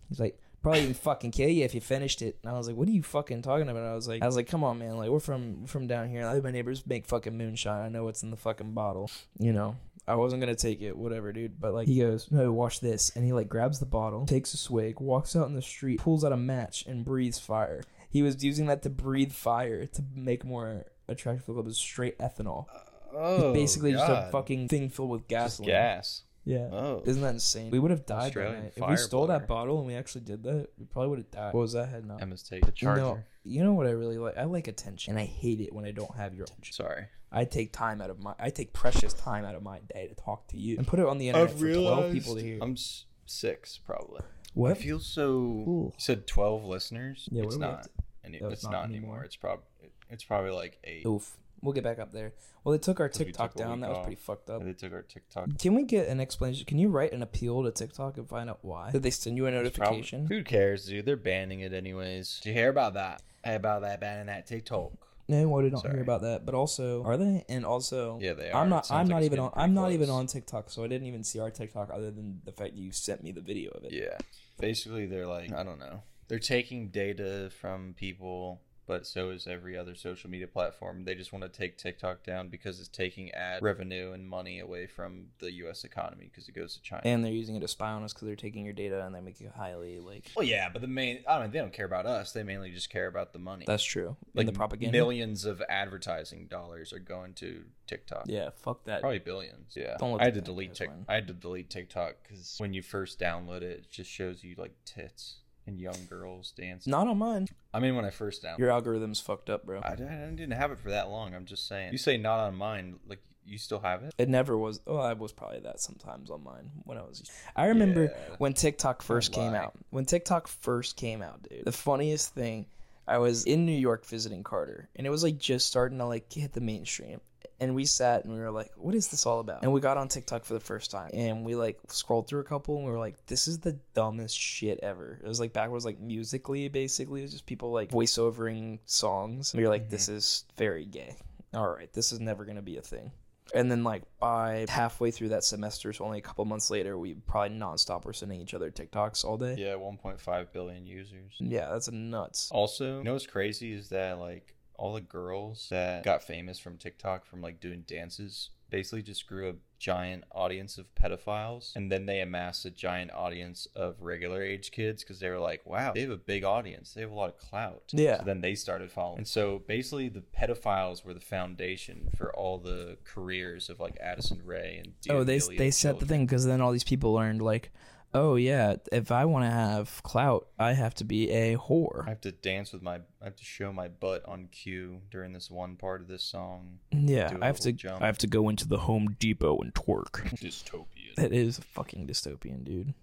[SPEAKER 1] He's like, "Probably even fucking kill you if you finished it." And I was like, "What are you fucking talking about?" I was like, "I was like, come on, man. Like, we're from we're from down here. Like, my neighbors make fucking moonshine. I know what's in the fucking bottle. You know." I wasn't gonna take it, whatever, dude. But like, he goes, "No, watch this," and he like grabs the bottle, takes a swig, walks out in the street, pulls out a match, and breathes fire. He was using that to breathe fire to make more attractive look. It was straight ethanol. It's
[SPEAKER 4] Oh,
[SPEAKER 1] basically just a fucking thing filled with gasoline.
[SPEAKER 4] gas.
[SPEAKER 1] Yeah.
[SPEAKER 4] Oh.
[SPEAKER 1] Isn't that insane? We would have died that
[SPEAKER 4] Australian
[SPEAKER 1] night. If we stole
[SPEAKER 4] fireblower.
[SPEAKER 1] that bottle and we actually did that, we probably would have died. What was that head knock?
[SPEAKER 4] Emma's take the
[SPEAKER 1] You
[SPEAKER 4] charger.
[SPEAKER 1] know, you know what I really like? I like attention, and I hate it when I don't have your attention.
[SPEAKER 4] Sorry.
[SPEAKER 1] I take time out of my, I take precious time out of my day to talk to you and put it on the internet for twelve people to hear.
[SPEAKER 4] I'm s- six probably. I
[SPEAKER 1] what?
[SPEAKER 4] feel so.
[SPEAKER 1] Ooh.
[SPEAKER 4] You said twelve listeners.
[SPEAKER 1] Yeah,
[SPEAKER 4] it's
[SPEAKER 1] what are we
[SPEAKER 4] not.
[SPEAKER 1] up
[SPEAKER 4] Any,
[SPEAKER 1] No,
[SPEAKER 4] it's, not, anymore. It's probably. It's probably like eight.
[SPEAKER 1] Oof. We'll get back up there. Well, they took our
[SPEAKER 4] we
[SPEAKER 1] TikTok
[SPEAKER 4] took a
[SPEAKER 1] down.
[SPEAKER 4] week
[SPEAKER 1] That was
[SPEAKER 4] off.
[SPEAKER 1] pretty fucked up.
[SPEAKER 4] They took our TikTok.
[SPEAKER 1] Can we get an explanation? Can you write an appeal to TikTok and find out why? Did they send you a
[SPEAKER 4] Probably,
[SPEAKER 1] notification?
[SPEAKER 4] who cares, dude? They're banning it anyways. Did you hear about that? Hey, about that banning that TikTok?
[SPEAKER 1] No, I did not hear
[SPEAKER 4] Sorry.
[SPEAKER 1] about that. But also, are they? And also,
[SPEAKER 4] Yeah, they
[SPEAKER 1] I'm
[SPEAKER 4] are.
[SPEAKER 1] not.
[SPEAKER 4] It sounds
[SPEAKER 1] I'm
[SPEAKER 4] like
[SPEAKER 1] not
[SPEAKER 4] it's
[SPEAKER 1] even
[SPEAKER 4] getting
[SPEAKER 1] on.
[SPEAKER 4] pretty
[SPEAKER 1] I'm not even
[SPEAKER 4] close.
[SPEAKER 1] on TikTok, so I didn't even see our TikTok other than the fact you sent me the video of it.
[SPEAKER 4] Yeah. Basically, they're
[SPEAKER 1] Hmm.
[SPEAKER 4] like, I don't know. They're taking data from people, but so is every other social media platform. They just want to take TikTok down because it's taking ad revenue and money away from the U.S. economy because it goes to China.
[SPEAKER 1] And they're using it to spy on us because they're taking your data and they make you highly like.
[SPEAKER 4] well, yeah, but the main, I don't they don't care about us. They mainly just care about the money.
[SPEAKER 1] That's true.
[SPEAKER 4] like
[SPEAKER 1] and the propaganda.
[SPEAKER 4] Millions of advertising dollars are going to TikTok.
[SPEAKER 1] yeah, fuck that.
[SPEAKER 4] Probably billions. Yeah.
[SPEAKER 1] Don't let
[SPEAKER 4] I had to
[SPEAKER 1] the
[SPEAKER 4] delete
[SPEAKER 1] bad guys
[SPEAKER 4] Tik.
[SPEAKER 1] win.
[SPEAKER 4] I had to delete TikTok because when you first download it, it just shows you like tits and young girls dancing.
[SPEAKER 1] Not on mine.
[SPEAKER 4] I mean, when I first downloaded,
[SPEAKER 1] Your algorithm's fucked up, bro.
[SPEAKER 4] I, didn't- I didn't have it for that long. I'm just saying. You say not on mine, like you still have it.
[SPEAKER 1] It never was. Oh, I was probably that sometimes on mine when I was. I remember
[SPEAKER 4] Yeah.
[SPEAKER 1] when TikTok first came
[SPEAKER 4] lie.
[SPEAKER 1] out. When TikTok first came out, dude, the funniest thing, I was in New York visiting Carter, and it was like just starting to like hit the mainstream. And we sat and we were like, "What is this all about?" And we got on TikTok for the first time, and we like scrolled through a couple, and we were like, "This is the dumbest shit ever." It was like backwards, like musically, basically, it was just people like
[SPEAKER 4] Mm-hmm.
[SPEAKER 1] voiceovering songs. And we were like, "This is very gay." All right, this is never gonna be a thing. And then like by halfway through that semester, so only a couple months later, we probably nonstop were sending each other TikToks all day.
[SPEAKER 4] Yeah, Oh, 1.5 billion users.
[SPEAKER 1] Yeah, that's nuts.
[SPEAKER 4] Also, you know what's crazy is that like all the girls that got famous from TikTok from like doing dances basically just grew a giant audience of pedophiles and then they amassed a giant audience of regular age kids because they were like wow they have a big audience they have a lot of clout
[SPEAKER 1] Yeah.
[SPEAKER 4] so then they started following and so basically the pedophiles were the foundation for all the careers of like addison ray and
[SPEAKER 1] oh, they
[SPEAKER 4] Deodalia
[SPEAKER 1] they set the
[SPEAKER 4] Children.
[SPEAKER 1] thing because then all these people learned like, oh yeah, if I want to have clout, I have to be a
[SPEAKER 4] I
[SPEAKER 1] whore.
[SPEAKER 4] have to dance with my. I have to show my butt on cue during this one part of this song.
[SPEAKER 1] Yeah,
[SPEAKER 4] do a
[SPEAKER 1] I have
[SPEAKER 4] little
[SPEAKER 1] to
[SPEAKER 4] jump.
[SPEAKER 1] I have to go into the Home Depot and twerk.
[SPEAKER 5] Dystopian.
[SPEAKER 1] That is fucking dystopian, dude.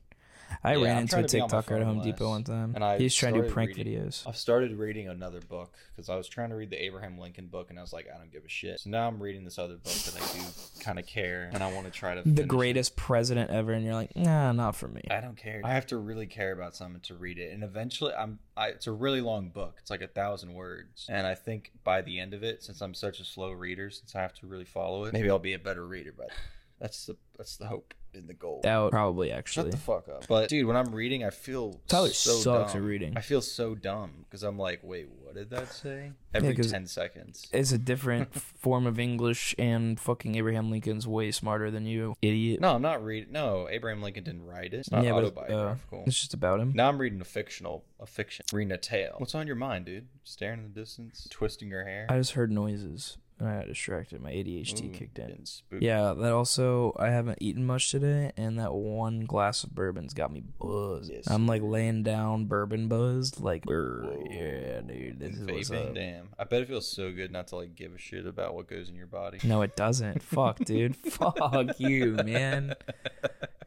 [SPEAKER 1] I
[SPEAKER 4] Yeah,
[SPEAKER 1] ran
[SPEAKER 4] I'm
[SPEAKER 1] into
[SPEAKER 4] trying
[SPEAKER 1] a
[SPEAKER 4] to be on my
[SPEAKER 1] TikToker at
[SPEAKER 4] phone
[SPEAKER 1] Home
[SPEAKER 4] less.
[SPEAKER 1] Depot one time.
[SPEAKER 4] And I
[SPEAKER 1] he was trying to do
[SPEAKER 4] started
[SPEAKER 1] prank
[SPEAKER 4] reading-
[SPEAKER 1] videos.
[SPEAKER 4] I've started reading another book because I was trying to read the Abraham Lincoln book, and I was like, I don't give a shit. So now I'm reading this other book that I do kind of care, and I want to try to. finish
[SPEAKER 1] The
[SPEAKER 4] it.
[SPEAKER 1] greatest president ever, and you're like, nah, not for me.
[SPEAKER 4] I don't care. I have to really care about something to read it, and eventually, I'm. I, it's a really long book. It's like a thousand words, and I think by the end of it, since I'm such a slow reader, since I have to really follow it, maybe I'll be a better reader. But that's the that's the hope and the goal.
[SPEAKER 1] Doubt probably actually.
[SPEAKER 4] Shut the fuck up. But dude, when I'm reading, I feel
[SPEAKER 1] Tyler
[SPEAKER 4] so
[SPEAKER 1] sucks
[SPEAKER 4] dumb.
[SPEAKER 1] at reading.
[SPEAKER 4] I feel so dumb because I'm like, wait, what did that say? Every
[SPEAKER 1] 'cause-
[SPEAKER 4] ten seconds.
[SPEAKER 1] it's a different form of English, and fucking Abraham Lincoln's way smarter than you, idiot.
[SPEAKER 4] No, I'm not reading. No, Abraham Lincoln didn't write it. It's not
[SPEAKER 1] yeah, but uh,
[SPEAKER 4] autobiographical.
[SPEAKER 1] it's just about him.
[SPEAKER 4] now I'm reading a fictional, a fiction, reading a tale. What's on your mind, dude? Staring in the distance, twisting your hair.
[SPEAKER 1] I just heard noises. and I got distracted. My ADHD
[SPEAKER 4] Ooh,
[SPEAKER 1] kicked in.
[SPEAKER 4] getting spooked.
[SPEAKER 1] Yeah, that also I haven't eaten much today, and that one glass of bourbon's got me buzzed.
[SPEAKER 4] Yes,
[SPEAKER 1] I'm like laying down bourbon buzzed, like "Brr,
[SPEAKER 4] Whoa.
[SPEAKER 1] yeah, dude, this is
[SPEAKER 4] And
[SPEAKER 1] what's
[SPEAKER 4] vaping.
[SPEAKER 1] up.
[SPEAKER 4] Damn, I bet it feels so good not to like give a shit about what goes in your body.
[SPEAKER 1] No, it doesn't. Fuck, dude. Fuck you, man.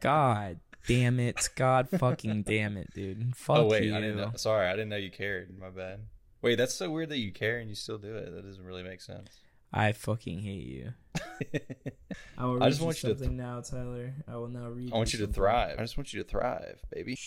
[SPEAKER 1] God damn it. God fucking damn it, dude. Fuck
[SPEAKER 4] oh wait,
[SPEAKER 1] you.
[SPEAKER 4] I didn't know. Sorry, I didn't know you cared. My bad. Wait, that's so weird that you care and you still do it. That doesn't really make sense.
[SPEAKER 1] I fucking hate you. I, will
[SPEAKER 4] I just want you to th-
[SPEAKER 1] now, Tyler. I will now read.
[SPEAKER 4] I want you to
[SPEAKER 1] something.
[SPEAKER 4] thrive. I just want you to thrive, baby.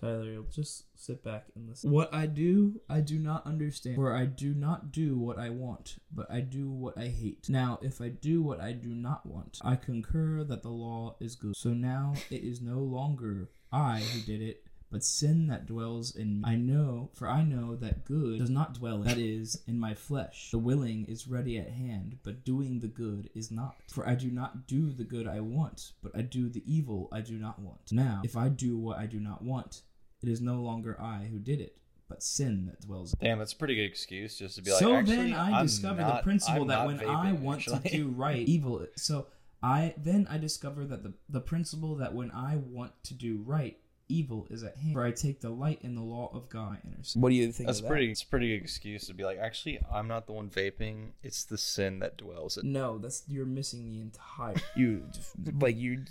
[SPEAKER 1] Tyler, you'll just sit back and listen. What I do, I do not understand, for I do not do what I want, but I do what I hate. Now, if I do what I do not want, I concur that the law is good. So now it is no longer I who did it, but sin that dwells in me. I know, for I know that good does not dwell, that is, in my flesh. The willing is ready at hand, but doing the good is not. For I do not do the good I want, but I do the evil I do not want. Now, if I do what I do not want, it is no longer I who did it, but sin that dwells in me.
[SPEAKER 4] Damn, that's a pretty good excuse just to be like.
[SPEAKER 1] so
[SPEAKER 4] actually,
[SPEAKER 1] then I
[SPEAKER 4] I'm
[SPEAKER 1] discover
[SPEAKER 4] not-
[SPEAKER 1] the principle
[SPEAKER 4] I'm
[SPEAKER 1] that
[SPEAKER 4] not
[SPEAKER 1] when
[SPEAKER 4] vaping,
[SPEAKER 1] I want
[SPEAKER 4] actually.
[SPEAKER 1] to do right, evil. is- So I then I discover that the the principle that when I want to do right, evil is at hand. For I take delight in the law of God. I Intercept. What do you think?
[SPEAKER 4] That's pretty. It's a pretty good excuse to be like. Actually, I'm not the one vaping. It's the sin that dwells in.
[SPEAKER 1] No, that's you're missing the entire. you like you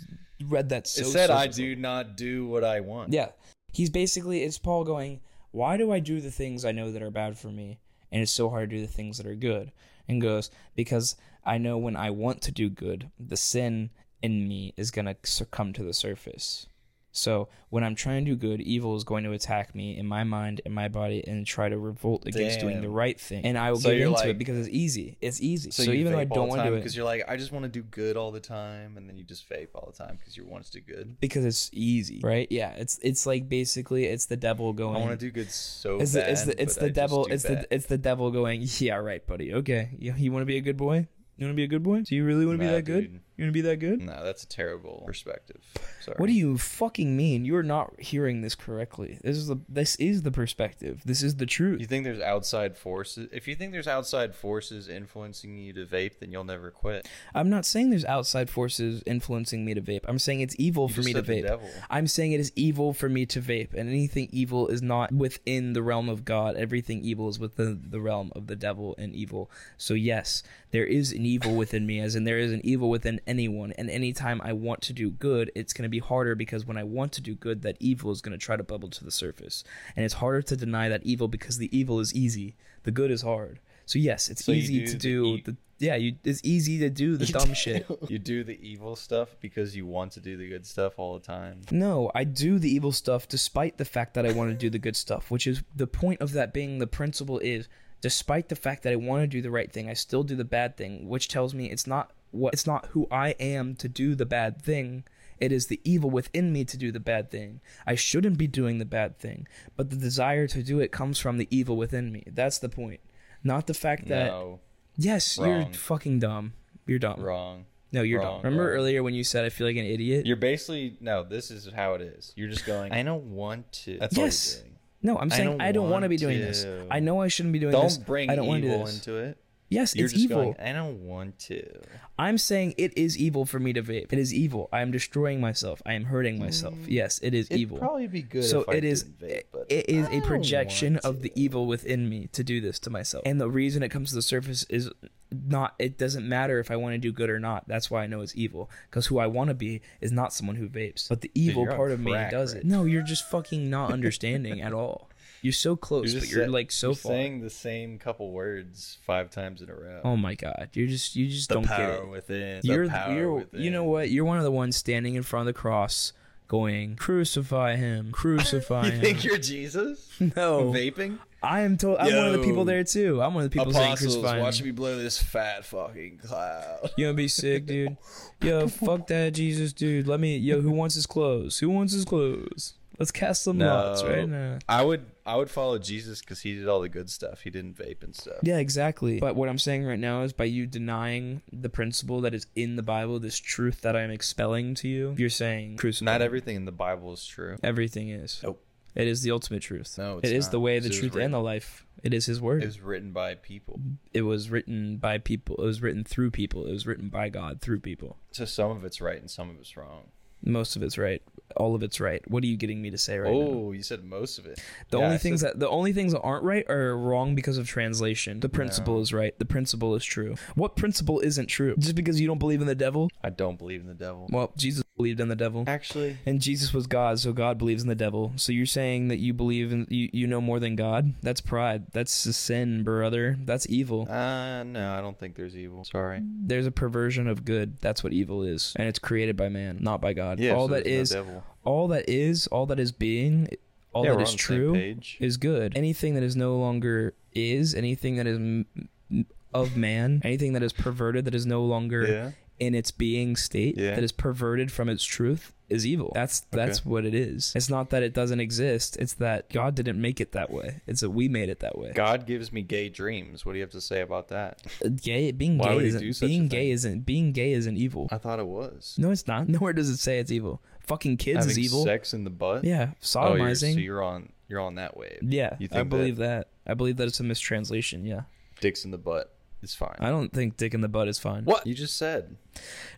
[SPEAKER 1] read that so.
[SPEAKER 4] it said, "I do not do what I want."
[SPEAKER 1] Yeah. He's basically it's Paul going, "Why do I do the things I know that are bad for me and it's so hard to do the things that are good?" And goes, "Because I know when I want to do good, the sin in me is going to succumb to the surface." So, when I'm trying to do good, evil is going to attack me in my mind, in my body, and try to revolt against doing
[SPEAKER 4] Damn.
[SPEAKER 1] the right thing. And I will
[SPEAKER 4] So
[SPEAKER 1] get
[SPEAKER 4] you're
[SPEAKER 1] into
[SPEAKER 4] like-
[SPEAKER 1] it because it's easy. It's easy. So,
[SPEAKER 4] So, you
[SPEAKER 1] even though I
[SPEAKER 4] vape all
[SPEAKER 1] don't
[SPEAKER 4] the
[SPEAKER 1] want to do
[SPEAKER 4] time
[SPEAKER 1] it,
[SPEAKER 4] because you're like, I just want to do good all the time, and then you just vape all the time because you want to do good.
[SPEAKER 1] because it's easy, right? Yeah, it's it's like basically it's the devil going.
[SPEAKER 4] I want to do good so
[SPEAKER 1] Mm. It's
[SPEAKER 4] bad.
[SPEAKER 1] the, it's the, it's
[SPEAKER 4] but
[SPEAKER 1] the
[SPEAKER 4] I just
[SPEAKER 1] devil
[SPEAKER 4] do
[SPEAKER 1] it's
[SPEAKER 4] bad.
[SPEAKER 1] the it's the devil going yeah right buddy okay you, you want to be a good boy you want to be a good boy do you really want to be
[SPEAKER 4] Nah,
[SPEAKER 1] that good
[SPEAKER 4] dude. Mm,
[SPEAKER 1] you want to be that good
[SPEAKER 4] No, that's a terrible perspective. Sorry.
[SPEAKER 1] what do you fucking mean you're not hearing this correctly this is the this is the perspective this is the truth
[SPEAKER 4] You think there's outside forces? If you think there's outside forces influencing you to vape, then you'll never quit.
[SPEAKER 1] I'm not saying there's outside forces influencing me to vape I'm saying it's evil
[SPEAKER 4] You
[SPEAKER 1] for
[SPEAKER 4] just
[SPEAKER 1] me to
[SPEAKER 4] said the
[SPEAKER 1] vape
[SPEAKER 4] devil.
[SPEAKER 1] I'm saying it is evil for me to vape and anything evil is not within the realm of God everything evil is within the realm of the devil and evil So yes, there is an evil within me, as in there is an evil within anyone. And anytime I want to do good, it's going to be harder because when I want to do good, that evil is going to try to bubble to the surface, and it's harder to deny that evil because the evil is easy, the good is hard. So yes, it's
[SPEAKER 4] So you
[SPEAKER 1] easy
[SPEAKER 4] do
[SPEAKER 1] to
[SPEAKER 4] the
[SPEAKER 1] do
[SPEAKER 4] e-
[SPEAKER 1] the yeah, you, it's easy to do the dumb shit.
[SPEAKER 4] You do the evil stuff because you want to do the good stuff all the time.
[SPEAKER 1] No, I do the evil stuff despite the fact that I want to do the good stuff, which is the point of that being the principle is despite the fact that I want to do the right thing, I still do the bad thing, which tells me it's not what it's not who I am to do the bad thing. It is the evil within me to do the bad thing. I shouldn't be doing the bad thing, but the desire to do it comes from the evil within me. That's the point. Not the fact that
[SPEAKER 4] no,
[SPEAKER 1] yes, you're
[SPEAKER 4] Wrong.
[SPEAKER 1] fucking dumb. You're dumb.
[SPEAKER 4] wrong.
[SPEAKER 1] No, you're
[SPEAKER 4] Wrong,
[SPEAKER 1] dumb. Remember
[SPEAKER 4] wrong.
[SPEAKER 1] earlier when you said I feel like an idiot?
[SPEAKER 4] You're basically no. This is how it is. You're just going. I don't want to. That's
[SPEAKER 1] Yes.
[SPEAKER 4] all you're doing.
[SPEAKER 1] no, I'm
[SPEAKER 4] I
[SPEAKER 1] saying
[SPEAKER 4] don't
[SPEAKER 1] I don't want to
[SPEAKER 4] want
[SPEAKER 1] be doing this.
[SPEAKER 4] to.
[SPEAKER 1] I know I shouldn't be doing
[SPEAKER 4] Don't
[SPEAKER 1] this.
[SPEAKER 4] bring
[SPEAKER 1] I don't want to do
[SPEAKER 4] evil
[SPEAKER 1] this.
[SPEAKER 4] into it.
[SPEAKER 1] yes,
[SPEAKER 4] You're
[SPEAKER 1] it's
[SPEAKER 4] just
[SPEAKER 1] evil.
[SPEAKER 4] going. I don't want to.
[SPEAKER 1] I'm saying it is evil for me to vape. It is evil. I am destroying myself. I am hurting myself.
[SPEAKER 4] Mm.
[SPEAKER 1] Yes, it is evil.
[SPEAKER 4] Probably be good.
[SPEAKER 1] so
[SPEAKER 4] if I
[SPEAKER 1] it is
[SPEAKER 4] didn't vape, but
[SPEAKER 1] it is
[SPEAKER 4] I
[SPEAKER 1] a
[SPEAKER 4] don't
[SPEAKER 1] projection
[SPEAKER 4] want
[SPEAKER 1] of the
[SPEAKER 4] to.
[SPEAKER 1] evil within me to do this to myself. And the reason it comes to the surface is not it doesn't matter if I want to do good or not. That's why I know it's evil cuz who I want to be is not someone who vapes, but the evil
[SPEAKER 4] you're on
[SPEAKER 1] part of me
[SPEAKER 4] crack
[SPEAKER 1] does
[SPEAKER 4] right
[SPEAKER 1] it. No, you're just fucking not understanding at all. You're so close,
[SPEAKER 4] just
[SPEAKER 1] but you're
[SPEAKER 4] sa-
[SPEAKER 1] like so
[SPEAKER 4] you're
[SPEAKER 1] far.
[SPEAKER 4] saying the same couple words five times in a row.
[SPEAKER 1] oh my god. You're just you just
[SPEAKER 4] the
[SPEAKER 1] don't get
[SPEAKER 4] power
[SPEAKER 1] it.
[SPEAKER 4] within. the
[SPEAKER 1] you're
[SPEAKER 4] power
[SPEAKER 1] you're
[SPEAKER 4] within.
[SPEAKER 1] you know what? You're one of the ones standing in front of the cross going crucify him, crucify
[SPEAKER 4] You
[SPEAKER 1] him.
[SPEAKER 4] think you're Jesus?
[SPEAKER 1] no.
[SPEAKER 4] Vaping?
[SPEAKER 1] I am told. I'm one of the people
[SPEAKER 4] Yo.
[SPEAKER 1] there too. I'm one of the people saying
[SPEAKER 4] Apostles,
[SPEAKER 1] crucify.
[SPEAKER 4] watch
[SPEAKER 1] him.
[SPEAKER 4] me blow this fat fucking cloud.
[SPEAKER 1] You gonna be sick, dude? Yo, fuck that, Jesus, dude. Let me. Yo, who wants his clothes? Who wants his clothes? Let's cast some lots
[SPEAKER 4] No.
[SPEAKER 1] right now.
[SPEAKER 4] I would I would follow Jesus because he did all the good stuff. He didn't vape and stuff.
[SPEAKER 1] Yeah, exactly. But what I'm saying right now is by you denying the principle that is in the Bible, this truth that I'm expelling to you, you're saying crucify.
[SPEAKER 4] Not
[SPEAKER 1] him.
[SPEAKER 4] everything in the Bible is true.
[SPEAKER 1] Everything is.
[SPEAKER 4] Nope.
[SPEAKER 1] It is the ultimate truth.
[SPEAKER 4] No,
[SPEAKER 1] it
[SPEAKER 4] it's
[SPEAKER 1] is
[SPEAKER 4] not,
[SPEAKER 1] the way,
[SPEAKER 4] 'cause
[SPEAKER 1] the
[SPEAKER 4] it was
[SPEAKER 1] truth,
[SPEAKER 4] written-
[SPEAKER 1] and the life. It is His word.
[SPEAKER 4] It was written by people.
[SPEAKER 1] it was written by people. It was written through people. It was written by God through people.
[SPEAKER 4] So some of it's right and some of it's wrong.
[SPEAKER 1] Most of it's right. All of it's right. What are you getting me to say right now?
[SPEAKER 4] oh, you said most of it.
[SPEAKER 1] The
[SPEAKER 4] Yeah, I
[SPEAKER 1] only
[SPEAKER 4] said-
[SPEAKER 1] things that the only things that aren't right are wrong because of translation. The principle
[SPEAKER 4] No.
[SPEAKER 1] is right. The principle is true. What principle isn't true? Just because you don't believe in the devil?
[SPEAKER 4] I don't believe in the devil.
[SPEAKER 1] Well, Jesus believed in the devil.
[SPEAKER 4] Actually,
[SPEAKER 1] And Jesus was God, so God believes in the devil. So you're saying that you believe in you, you know more than God? That's pride. That's a sin, brother. That's evil.
[SPEAKER 4] uh no, I don't think there's evil. Sorry.
[SPEAKER 1] There's a perversion of good. That's what evil is. And it's created by man, not by God. all
[SPEAKER 4] so
[SPEAKER 1] that
[SPEAKER 4] there's
[SPEAKER 1] is
[SPEAKER 4] no devil.
[SPEAKER 1] all that is, all that is being, all
[SPEAKER 4] Yeah,
[SPEAKER 1] that
[SPEAKER 4] we're
[SPEAKER 1] is
[SPEAKER 4] on the same
[SPEAKER 1] true
[SPEAKER 4] page.
[SPEAKER 1] is good. Anything that is no longer is, anything that is m- m- of man, anything that is perverted, that is no longer
[SPEAKER 4] Yeah.
[SPEAKER 1] in its being state,
[SPEAKER 4] Yeah.
[SPEAKER 1] that is perverted from its truth, is evil. That's that's what it is. It's not that it doesn't exist. It's that God didn't make it that way. It's that we made it that way.
[SPEAKER 4] God gives me gay dreams. What do you have to say about that?
[SPEAKER 1] Uh, Gay, being
[SPEAKER 4] Why would
[SPEAKER 1] gay
[SPEAKER 4] he do
[SPEAKER 1] isn't
[SPEAKER 4] such a
[SPEAKER 1] being gay
[SPEAKER 4] thing?
[SPEAKER 1] isn't being gay isn't evil.
[SPEAKER 4] I thought it was.
[SPEAKER 1] No, it's not. Nowhere does it say it's evil. Fucking kids
[SPEAKER 4] Having
[SPEAKER 1] is evil.
[SPEAKER 4] sex in the butt.
[SPEAKER 1] Yeah,
[SPEAKER 4] Oh, you're, so
[SPEAKER 1] sodomizing.
[SPEAKER 4] you're on you're on that wave.
[SPEAKER 1] Yeah,
[SPEAKER 4] You
[SPEAKER 1] I
[SPEAKER 4] think
[SPEAKER 1] believe that? I believe that it's a mistranslation. Yeah,
[SPEAKER 4] Dicks in the butt is fine.
[SPEAKER 1] I don't think dick in the butt is fine.
[SPEAKER 4] What you just said?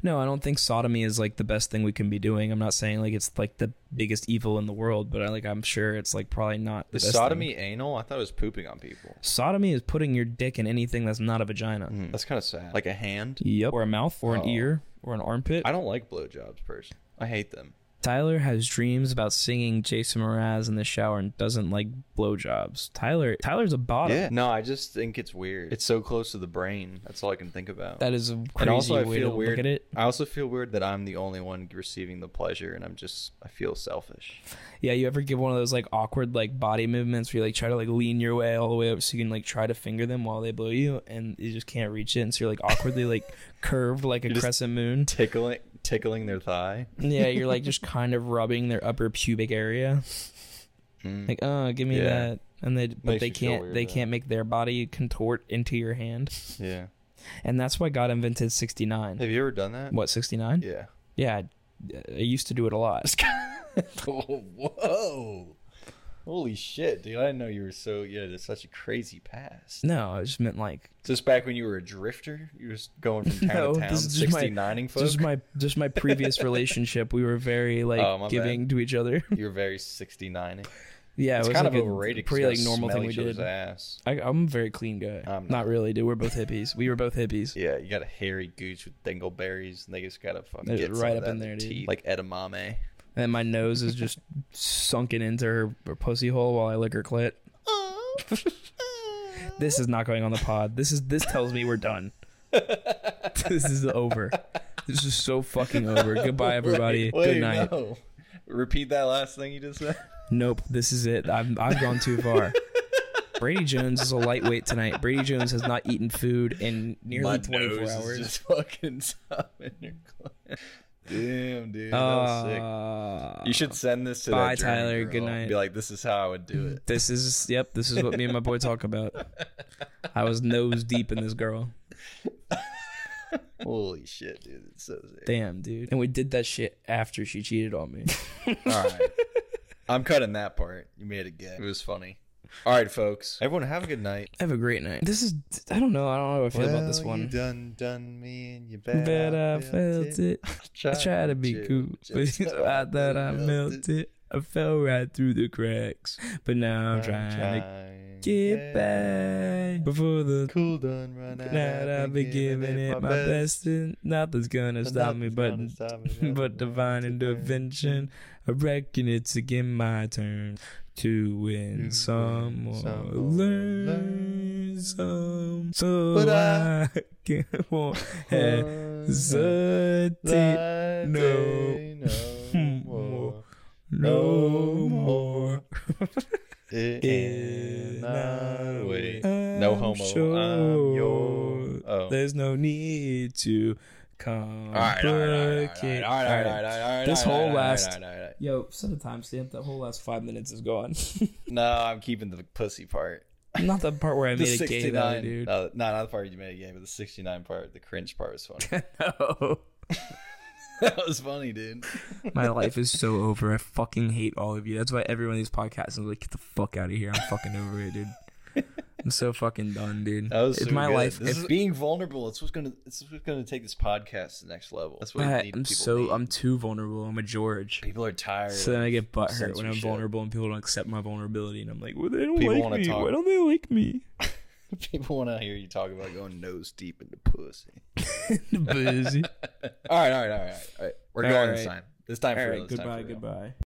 [SPEAKER 1] No, I don't think sodomy is like the best thing we can be doing. I'm not saying like it's like the biggest evil in the world, but I like I'm sure it's like probably not the
[SPEAKER 4] Is
[SPEAKER 1] best
[SPEAKER 4] sodomy
[SPEAKER 1] thing.
[SPEAKER 4] anal? I thought it was pooping on people.
[SPEAKER 1] Sodomy is putting your dick in anything that's not a vagina.
[SPEAKER 4] Mm, That's kind of sad. Like a hand.
[SPEAKER 1] Yep, or a mouth, or an
[SPEAKER 4] Oh.
[SPEAKER 1] ear, or an armpit.
[SPEAKER 4] I don't like blowjobs, personally. I hate them.
[SPEAKER 1] Tyler has dreams about singing Jason Mraz in the shower and doesn't like blowjobs. Tyler, Tyler's a bottom.
[SPEAKER 4] Yeah. No, I just think it's weird. It's so close to the brain. That's all I can think about.
[SPEAKER 1] That is a crazy
[SPEAKER 4] and also, I
[SPEAKER 1] way
[SPEAKER 4] feel
[SPEAKER 1] to
[SPEAKER 4] weird.
[SPEAKER 1] look at it.
[SPEAKER 4] I also feel weird that I'm the only one receiving the pleasure, and I'm just I feel selfish.
[SPEAKER 1] Yeah, you ever give one of those like awkward like body movements where you like try to like lean your way all the way up so you can like try to finger them while they blow you and you just can't reach it and so you're like awkwardly like curved like a
[SPEAKER 4] You're just-
[SPEAKER 1] crescent moon.
[SPEAKER 4] Tickling, tickling their thigh.
[SPEAKER 1] Yeah, you're like just kind of rubbing their upper pubic area.
[SPEAKER 4] Mm.
[SPEAKER 1] Like, oh, give me
[SPEAKER 4] Yeah.
[SPEAKER 1] that. And they but
[SPEAKER 4] Makes
[SPEAKER 1] they
[SPEAKER 4] you feel
[SPEAKER 1] can't
[SPEAKER 4] weird,
[SPEAKER 1] they
[SPEAKER 4] yeah.
[SPEAKER 1] can't make their body contort into your hand.
[SPEAKER 4] yeah.
[SPEAKER 1] And that's why God invented 69.
[SPEAKER 4] Have you ever done that?
[SPEAKER 1] What 69?
[SPEAKER 4] Yeah.
[SPEAKER 1] Yeah, I, I used to do it a lot.
[SPEAKER 4] Oh, whoa. Holy shit, dude. I didn't know you were so, yeah, that's such a crazy past.
[SPEAKER 1] No, I just meant like
[SPEAKER 4] Just back when you were a drifter, you were just going from town
[SPEAKER 1] No,
[SPEAKER 4] to town,
[SPEAKER 1] this is just my-
[SPEAKER 4] 69ing folk.
[SPEAKER 1] just my just my previous relationship we were very like
[SPEAKER 4] Oh, my bad.
[SPEAKER 1] giving to each other.
[SPEAKER 4] you were very 69ing.
[SPEAKER 1] Yeah,
[SPEAKER 4] it's
[SPEAKER 1] it was
[SPEAKER 4] kind
[SPEAKER 1] like
[SPEAKER 4] of
[SPEAKER 1] a
[SPEAKER 4] overrated. 'cause
[SPEAKER 1] Pretty
[SPEAKER 4] you
[SPEAKER 1] like
[SPEAKER 4] gotta
[SPEAKER 1] normal
[SPEAKER 4] smell
[SPEAKER 1] thing we
[SPEAKER 4] each other's
[SPEAKER 1] did.
[SPEAKER 4] Ass.
[SPEAKER 1] I, I'm a very clean guy.
[SPEAKER 4] I'm
[SPEAKER 1] not. really, dude. We're both hippies. We were both hippies.
[SPEAKER 4] Yeah, you got a hairy gooch with dingleberries, and they just gotta fucking
[SPEAKER 1] It's
[SPEAKER 4] get some
[SPEAKER 1] right
[SPEAKER 4] of
[SPEAKER 1] up in
[SPEAKER 4] that
[SPEAKER 1] there, dude.
[SPEAKER 4] teeth. Like edamame.
[SPEAKER 1] And my nose is just sunken into her, her pussy hole while I lick her clit. this is not going on the pod. This is this tells me we're done. this is over. This is so fucking over. Goodbye, everybody.
[SPEAKER 4] Wait,
[SPEAKER 1] Good night.
[SPEAKER 4] no. Repeat that last thing you just said.
[SPEAKER 1] Nope. This is it. I've I've gone too far. Brady Jones is a lightweight tonight. Brady Jones has not eaten food in nearly
[SPEAKER 4] My
[SPEAKER 1] 24
[SPEAKER 4] nose
[SPEAKER 1] hours.
[SPEAKER 4] is just fucking in your clothes. Damn, dude, that was sick.
[SPEAKER 1] Uh,
[SPEAKER 4] You should send this to
[SPEAKER 1] bye,
[SPEAKER 4] that German
[SPEAKER 1] Tyler.
[SPEAKER 4] girl
[SPEAKER 1] Good
[SPEAKER 4] and
[SPEAKER 1] night.
[SPEAKER 4] Be like, this is how I would do it.
[SPEAKER 1] This is yep. This is what me and my boy talk about. I was nose deep in this girl.
[SPEAKER 4] Holy shit, dude, it's so sick.
[SPEAKER 1] Damn, dude. And we did that shit after she cheated on me.
[SPEAKER 4] All right, I'm cutting that part. You made it gag. It was funny. All right, folks. Everyone, have a good night.
[SPEAKER 1] Have a great night. This is I don't know. I don't know how I feel about this
[SPEAKER 4] Well, you
[SPEAKER 1] one.
[SPEAKER 4] done, done me, and you bet,
[SPEAKER 1] But I felt it.
[SPEAKER 4] Try,
[SPEAKER 1] I tried to be cool, but I thought I melted. I fell right through the cracks, but now I'm trying to get back. Before the
[SPEAKER 4] Cool done, run out.
[SPEAKER 1] night, I've been giving it my best, and nothing's gonna stop me but but divine intervention. I reckon it's again my turn to win
[SPEAKER 4] win
[SPEAKER 1] some or
[SPEAKER 4] some or
[SPEAKER 1] learn
[SPEAKER 4] learn
[SPEAKER 1] some. So
[SPEAKER 4] But
[SPEAKER 1] I
[SPEAKER 4] I
[SPEAKER 1] can not hesitate no more. No
[SPEAKER 4] no
[SPEAKER 1] more.
[SPEAKER 4] more.
[SPEAKER 1] In our way.
[SPEAKER 4] way.
[SPEAKER 1] I'm
[SPEAKER 4] No homo. I'm your.
[SPEAKER 1] sure
[SPEAKER 4] Oh.
[SPEAKER 1] There's no need to complicate.
[SPEAKER 4] Alright, alright, alright, alright, alright, alright, alright,
[SPEAKER 1] This
[SPEAKER 4] alright,
[SPEAKER 1] whole
[SPEAKER 4] alright,
[SPEAKER 1] last-
[SPEAKER 4] alright, alright, alright.
[SPEAKER 1] Yo, set a timestamp. That whole last five minutes is gone.
[SPEAKER 4] No, I'm keeping the pussy part.
[SPEAKER 1] Not the part where I
[SPEAKER 4] The
[SPEAKER 1] made it gay, though,
[SPEAKER 4] 69.
[SPEAKER 1] dude.
[SPEAKER 4] No, no, not the part you made it gay, but the 69 part, the cringe part was funny.
[SPEAKER 1] No.
[SPEAKER 4] that was funny, dude.
[SPEAKER 1] My life is so over. I fucking hate all of you. That's why everyone in these podcasts is like, get the fuck out of here. I'm fucking over it, dude. I'm so fucking done, dude.
[SPEAKER 4] That was
[SPEAKER 1] if
[SPEAKER 4] so
[SPEAKER 1] my
[SPEAKER 4] good.
[SPEAKER 1] life,
[SPEAKER 4] This
[SPEAKER 1] if
[SPEAKER 4] is being vulnerable. It's what's gonna. It's what's gonna take this podcast to the next level. That's what we
[SPEAKER 1] I,
[SPEAKER 4] need
[SPEAKER 1] am
[SPEAKER 4] people
[SPEAKER 1] so,
[SPEAKER 4] need.
[SPEAKER 1] I'm too vulnerable. I'm a George.
[SPEAKER 4] people are tired.
[SPEAKER 1] So then I get butt hurt when I'm
[SPEAKER 4] censorship.
[SPEAKER 1] vulnerable and people don't accept my vulnerability, and I'm like, well, they don't
[SPEAKER 4] People
[SPEAKER 1] like
[SPEAKER 4] wanna
[SPEAKER 1] me.
[SPEAKER 4] talk.
[SPEAKER 1] Why don't they like me?
[SPEAKER 4] people want to hear you talk about going nose deep into pussy.
[SPEAKER 1] Busy.
[SPEAKER 4] all right, all right, all right, all right. We're
[SPEAKER 1] All
[SPEAKER 4] going
[SPEAKER 1] right.
[SPEAKER 4] this time. This time
[SPEAKER 1] All
[SPEAKER 4] for
[SPEAKER 1] right,
[SPEAKER 4] real. This time for
[SPEAKER 1] goodbye,
[SPEAKER 4] real.
[SPEAKER 1] goodbye.